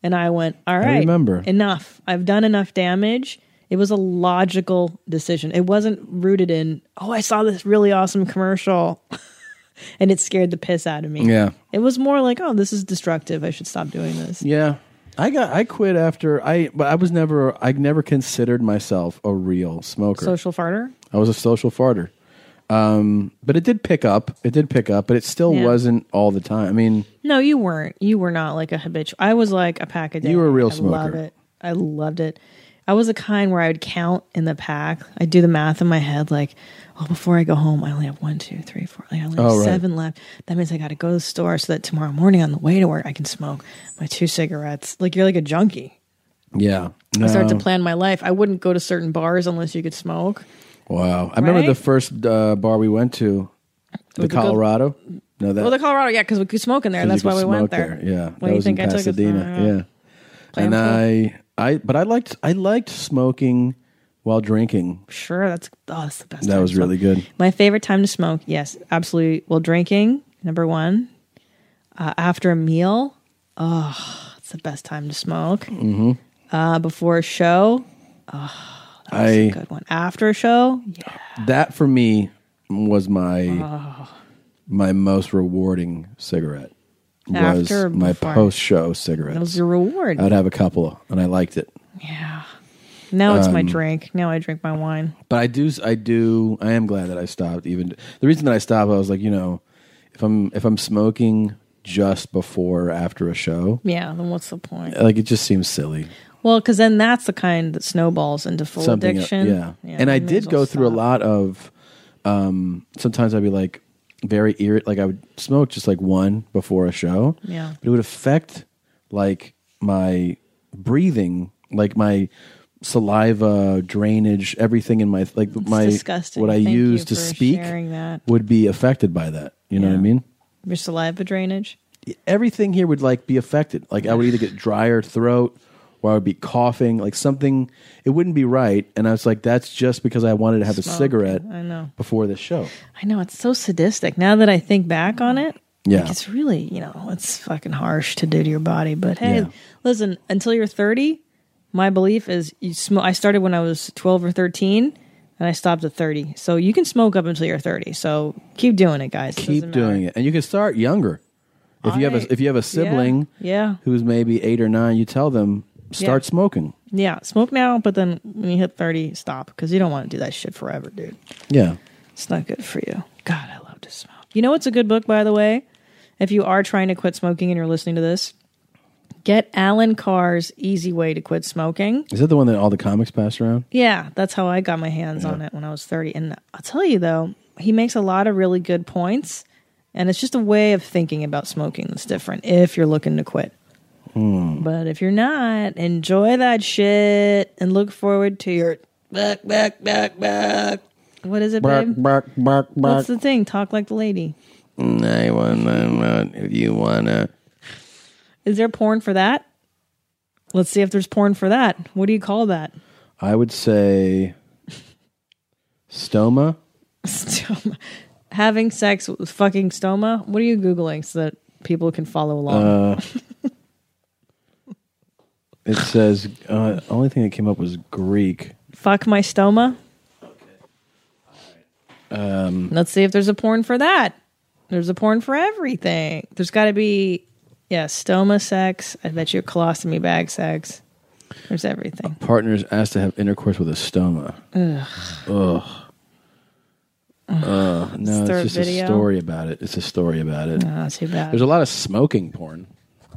S1: and I went, all right,
S2: Hmm. remember.
S1: enough. I've done enough damage. It was a logical decision. It wasn't rooted in, oh, I saw this really awesome commercial (laughs) and it scared the piss out of me.
S2: Yeah.
S1: It was more like, oh, this is destructive. I should stop doing this.
S2: Yeah. I got I quit after I but I was never I never considered myself a real smoker.
S1: Social farter?
S2: I was a social farter. Um but it did pick up. It did pick up, but it still
S1: Yeah.
S2: wasn't all the time. I mean,
S1: No, you weren't. You were not like a habitual. I was like a pack a day.
S2: You were a real
S1: I Love
S2: smoker.
S1: it. I loved it. I was a kind where I would count in the pack. I'd do the math in my head, like, oh, before I go home, I only have one, two, three, four. Like, I only have
S2: Oh, right.
S1: seven left. That means I got to go to the store so that tomorrow morning on the way to work, I can smoke my two cigarettes. Like, you're like a junkie.
S2: yeah.
S1: I started to
S2: No.
S1: plan my life. I wouldn't go to certain bars unless you could smoke.
S2: Wow. I remember
S1: Right?
S2: the first uh, bar we went to,
S1: With the
S2: the
S1: good-
S2: Colorado. no, that
S1: well, the Colorado, yeah, because we could smoke in there. and That's
S2: Because
S1: why we
S2: you could
S1: went
S2: smoke
S1: there.
S2: Yeah,
S1: What do you
S2: was in
S1: think I took us
S2: Pasadena.
S1: there?
S2: Yeah,
S1: Play
S2: and
S1: them
S2: I, I, but I liked, I liked smoking while drinking.
S1: Sure, that's oh, that's the best.
S2: That
S1: time
S2: was
S1: to smoke.
S2: really good.
S1: My favorite time to smoke, yes, absolutely. Well, drinking number one. Uh, after a meal, oh, it's the best time to smoke.
S2: Mm-hmm.
S1: Uh, before a show,
S2: I
S1: good one. After a show, yeah.
S2: that for me was my
S1: Oh.
S2: my most rewarding cigarette. Was
S1: After or
S2: my
S1: before?
S2: post show cigarette.
S1: That was your reward.
S2: I'd have a couple, and I liked it.
S1: now it's my
S2: um,
S1: drink. Now I drink my wine.
S2: But I do, I do, I am glad that I stopped. Even the reason that I stopped, I was like, you know, if I'm if I'm smoking just before or after a show,
S1: Yeah. Then what's the point?
S2: like it just seems silly.
S1: well, because then that's the kind that snowballs into full
S2: Something,
S1: addiction.
S2: yeah. and I
S1: you may as
S2: did
S1: well
S2: go through a lot of. um Sometimes I'd be like very irrit, like I would smoke just like one before a show.
S1: Yeah.
S2: but it would affect like my breathing, like my saliva drainage, everything in my like my
S1: disgusting.
S2: what I
S1: Thank you
S2: use to
S1: for
S2: speak
S1: sharing that.
S2: would be affected by that. You know what I
S1: Yeah.
S2: mean?
S1: Your saliva drainage.
S2: Everything here would like be affected. Like I would either
S1: (sighs)
S2: get drier throat or I would be coughing, like something it wouldn't be right. And I was like, that's just because I wanted to have
S1: Smoke.
S2: a cigarette
S1: I know.
S2: before the show.
S1: I know it's so sadistic. Now that I think back on it,
S2: Yeah.
S1: like, it's really you know it's fucking harsh to do to your body. But hey,
S2: Yeah.
S1: listen, until you're 30, my belief is you smoke. I started when I was 12 or 13, and I stopped at 30. So you can smoke up until you're 30. So keep doing it, guys. It
S2: Keep
S1: doesn't
S2: doing it. And you can start younger. If you have
S1: Right.
S2: a if you have a
S1: Yeah.
S2: sibling
S1: Yeah.
S2: who's maybe eight or nine, you tell them
S1: Yeah.
S2: start smoking.
S1: matter. yeah, smoke now, but then when you hit 30, stop because you don't want to do that shit forever, dude.
S2: Yeah.
S1: It's not good for you. God, I love to smoke. You know what's a good book, by the way? If you are trying to quit smoking and you're listening to this, get Alan Carr's Easy Way to Quit Smoking.
S2: Is that the one that all the comics pass around?
S1: Yeah, that's how I got my hands on it when I was 30. And I'll tell you though, he makes a lot of really good points. And it's just a way of thinking about smoking that's different if you're looking to quit. But if you're not, enjoy that shit and look forward to your back, back, back, back. What is it,
S2: Bark,
S1: babe?
S2: bark, bark, bark.
S1: What's the thing? Talk like the lady.
S2: I want if you wanna
S1: Is there porn for that? Let's see if there's porn for that. What do you call that? (laughs)
S2: I would say stoma.
S1: Stoma. Having sex with fucking stoma? What are you Googling so that people can follow along?
S2: Uh, it says uh, only thing that came up was Greek.
S1: Fuck my stoma?
S2: Um,
S1: Let's see if there's a porn for that. There's a porn for everything. There's got to be, yeah, stoma sex. I bet you colostomy bag sex. There's
S2: Oh.
S1: everything.
S2: partners asked to have intercourse with a stoma.
S1: Ugh.
S2: Ugh. Uh, no,
S1: Third
S2: it's just
S1: video.
S2: a story about it. It's a story about it.
S1: No, Ah, too bad.
S2: There's a lot of smoking porn.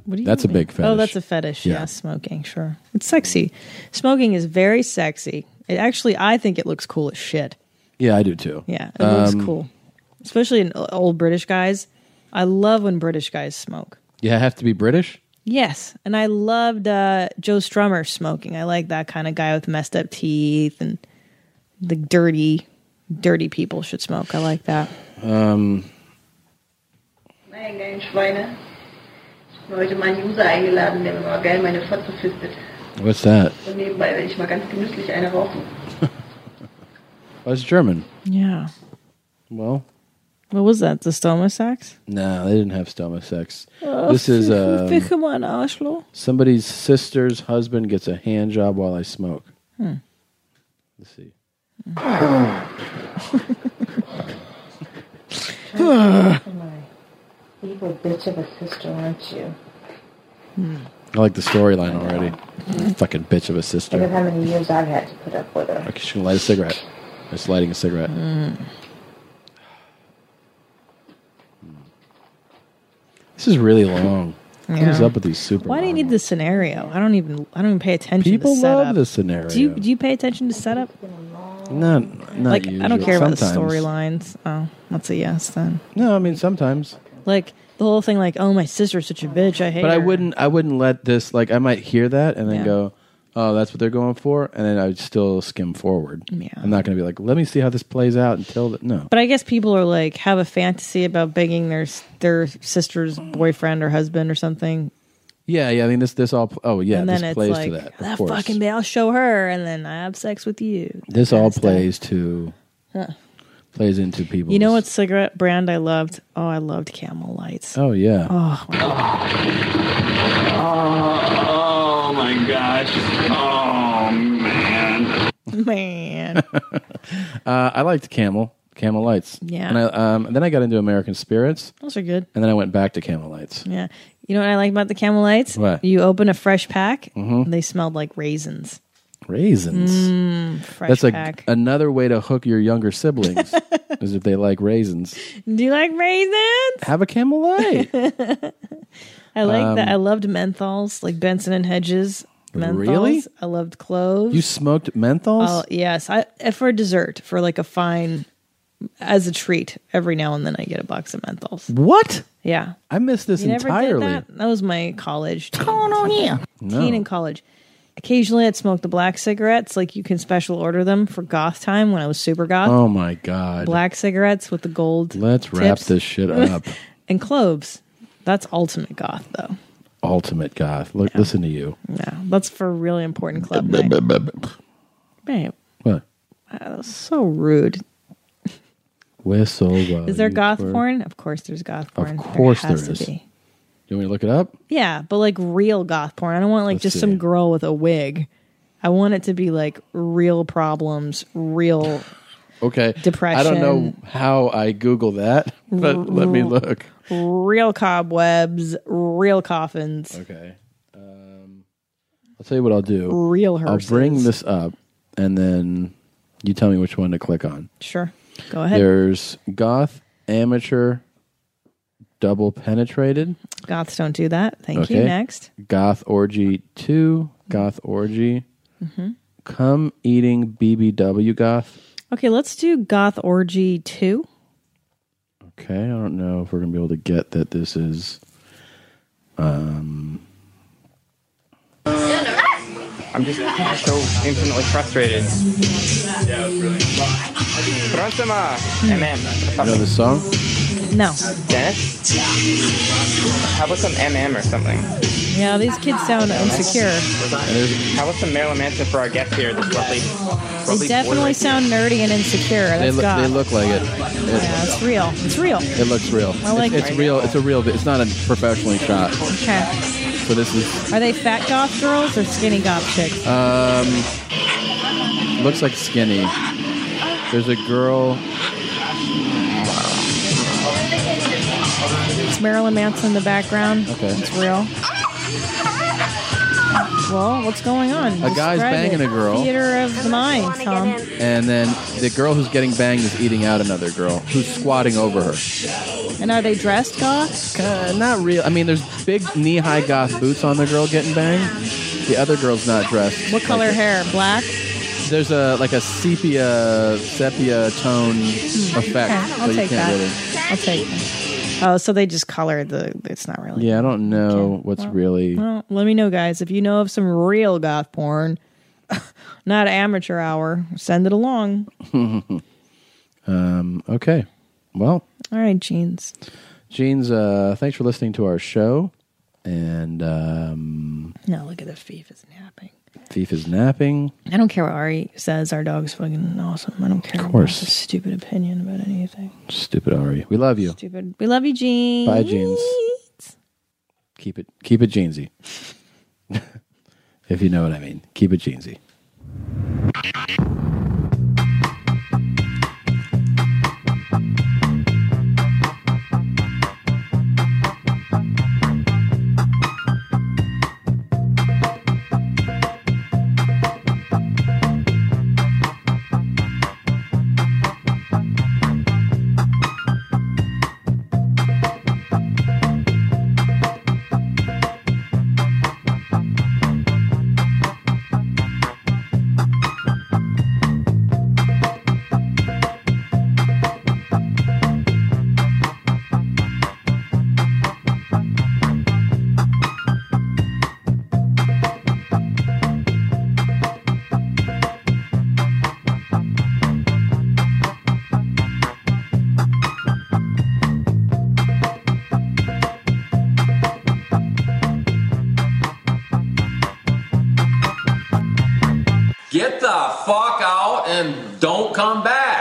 S1: What do you
S2: That's a
S1: mean?
S2: big fetish.
S1: Oh, that's a fetish. Yeah.
S2: Yeah.
S1: smoking. Sure, it's sexy. Smoking is very sexy. It actually, I think it looks cool as shit.
S2: Yeah, I do too.
S1: Yeah, it looks
S2: Um,
S1: cool, especially in o- old British guys. I love when British guys smoke.
S2: Yeah, I have to be British.
S1: Yes, and I loved uh, Joe Strummer smoking. I like that kind of guy with messed up teeth and the dirty, dirty people should smoke. I like that.
S2: Um,
S15: Nein, nein, Schweine. Ich bin heute meinen User eingeladen, der mir mal geil meine Fotze fistet. (laughs)
S2: what's that?
S15: Und nebenbei werde ich mal ganz genüsslich eine rauchen.
S2: Oh, it's German.
S1: Yeah.
S2: Well,
S1: What was that? The stoma sax?
S2: no, they didn't have stoma sex.
S1: Oh. (laughs)
S2: this is um,
S1: Fick him on Oslo.
S2: somebody's sister's husband gets a hand job while I smoke.
S1: Hmm.
S2: Let's
S16: (sighs)
S2: see.
S16: my evil bitch of a sister, aren't you?
S2: I like the storyline already. Fucking bitch of a
S16: Look at
S2: sister.
S16: how many years I've had to put up with her.
S2: Okay, she's gonna light a cigarette. It's lighting a cigarette.
S1: Hmm.
S2: This is really long. What is
S1: Yeah.
S2: up with these super?
S1: Why do you need the scenario? I don't even. I don't even pay attention.
S2: People
S1: to setup.
S2: love the scenario.
S1: Do you do you pay attention to setup?
S2: not, not
S1: like I don't
S2: usually.
S1: care about the storylines.
S2: Sometimes.
S1: Oh, that's a yes then.
S2: No, I mean sometimes.
S1: Like the whole thing, like oh my sister's such a bitch. I hate.
S2: But I
S1: her.
S2: wouldn't. I wouldn't let this. Like I might hear that and then
S1: Yeah.
S2: go, "Oh, that's what they're going for," and then I'd still skim forward. Yeah. I'm not going to be like, "Let me see how this plays out." Until the, no,
S1: But I guess people are like have a fantasy about begging their s- their sister's boyfriend or husband or something,
S2: yeah, yeah. I mean, this this all. Oh, yeah.
S1: and then
S2: this
S1: it's
S2: plays
S1: like
S2: to that. Of
S1: that
S2: course.
S1: fucking bitch. I'll show her, and then I have sex with you.
S2: This all plays to
S1: Huh.
S2: plays into people.
S1: You know what cigarette brand I loved? Oh, I loved Camel Lights.
S2: Oh yeah.
S1: Oh,
S8: Oh, my gosh. Oh man.
S2: (laughs)
S1: man.
S2: uh, I liked Camel Camel Lights.
S1: Yeah.
S2: And I, um, then I got into American Spirits,
S1: Those are good.
S2: and then I went back to Camel Lights.
S1: Yeah. You know what I like about the Camel Lights?
S2: What?
S1: You open a fresh pack,
S2: Mhm.
S1: and they smelled like raisins.
S2: Raisins.
S1: Mm, fresh
S2: That's a,
S1: pack.
S2: another way to hook your
S1: (laughs)
S2: younger siblings is if they like raisins.
S1: Do you like raisins?
S2: Have a
S1: (laughs)
S2: Camel Light.
S1: I like that.
S2: Um,
S1: I loved menthols, like Benson and Hedges. Menthols.
S2: Really?
S1: I loved cloves.
S2: You smoked menthols.
S1: Oh, yes. I for dessert, for like a fine as a treat. Every now and then I get a box of menthols.
S2: What?
S1: Yeah.
S2: I missed this
S1: You never
S2: entirely.
S1: Did that? that was my college. What's going on here?
S2: No.
S1: Teen in college. Occasionally, I'd smoke the black cigarettes. Like you can special order them for goth time when I was super goth.
S2: Oh my god.
S1: Black cigarettes with the gold.
S2: Let's wrap
S1: tips. (laughs)
S2: this shit up.
S1: and cloves. That's ultimate goth though.
S2: Ultimate goth. Look, listen to you.
S1: Yeah, that's for really important club night. Babe,
S2: What?
S1: uh, that was so rude.
S2: Whistle. while
S1: is there
S2: Oh, you
S1: goth
S2: twerk.
S1: porn? Of course, there's goth porn.
S2: Of course there
S1: has
S2: is.
S1: To be.
S2: You want me to look it up?
S1: Yeah, but like real goth porn. I don't want like
S2: Let's
S1: just
S2: see.
S1: some girl with a wig. I want it to be like real problems, real
S2: Okay.
S1: Depression.
S2: I don't know how I Google that, (laughs) but let me look.
S1: real cobwebs, real coffins.
S2: Okay. Um, I'll tell you what I'll do.
S1: Real
S2: I'll bring
S1: hearses.
S2: this up and then you tell me which one to click on.
S1: Sure. Go ahead.
S2: There's goth amateur double penetrated.
S1: Goths don't do that. Thank you.
S2: Okay.
S1: Next.
S2: Goth orgy 2, goth orgy,
S1: hmm
S2: come eating BBW goth.
S1: Okay, let's do goth orgy 2.
S2: Okay, I don't know if we're gonna be able to get that this is. Um,
S17: I'm just so infinitely frustrated. Prossima! MM.
S2: you know the song?
S1: No.
S17: Dennis? How about some MM or something?
S1: Yeah, these kids sound insecure.
S17: How about some Marilyn Manson for our guest here? This lovely,
S1: They
S17: lovely
S1: definitely
S17: boy.
S1: sound nerdy and insecure.
S2: They,
S1: That's
S2: look
S1: goth.
S2: they look like it. It,
S1: yeah, it's real. It's real.
S2: it looks real.
S1: I like
S2: it's,
S1: it.
S2: it's real. It's a real. vi- It's not a professionally shot.
S1: Okay.
S2: So this is.
S1: Are they fat goth girls or skinny goth chicks?
S2: Um, looks like skinny. There's a girl.
S1: It's Marilyn Manson in the background.
S2: Okay.
S1: It's real. Well, what's going on?
S2: A guy's
S1: Describe
S2: banging
S1: it.
S2: a girl.
S1: Theater of the mind, Tom.
S2: And then the girl who's getting banged is eating out another girl who's squatting over her.
S1: And are they dressed goths?
S2: Uh, not real. I mean, there's big knee-high goth boots on the girl getting banged. The other girl's not dressed.
S1: What color hair? Black?
S2: There's a like a sepia sepia tone effect.
S1: Okay, Hmm. I'll
S2: so you
S1: take
S2: can't
S1: that.
S2: really.
S1: I'll take that. Oh, so they just colored the. It's not really.
S2: Yeah, I don't know what's really.
S1: Well, let me know, guys. If you know of some real goth porn, (laughs) not amateur hour, send it along.
S2: um, okay. Well,
S1: All right, jeans.
S2: Jeans, uh, thanks for listening to our show. And um,
S1: No, look at the thief is napping.
S2: Thief is napping.
S1: I don't care what Ari says. Our dog's fucking awesome. I don't care. Of
S2: course.
S1: About his stupid opinion about anything.
S2: Stupid Ari. We love you.
S1: Stupid. We love you, jeans.
S2: Bye, Jeans. Keep it, keep it jeansy. (laughs) if you know what I mean, keep it jeansy.
S18: Get the fuck out and don't come back.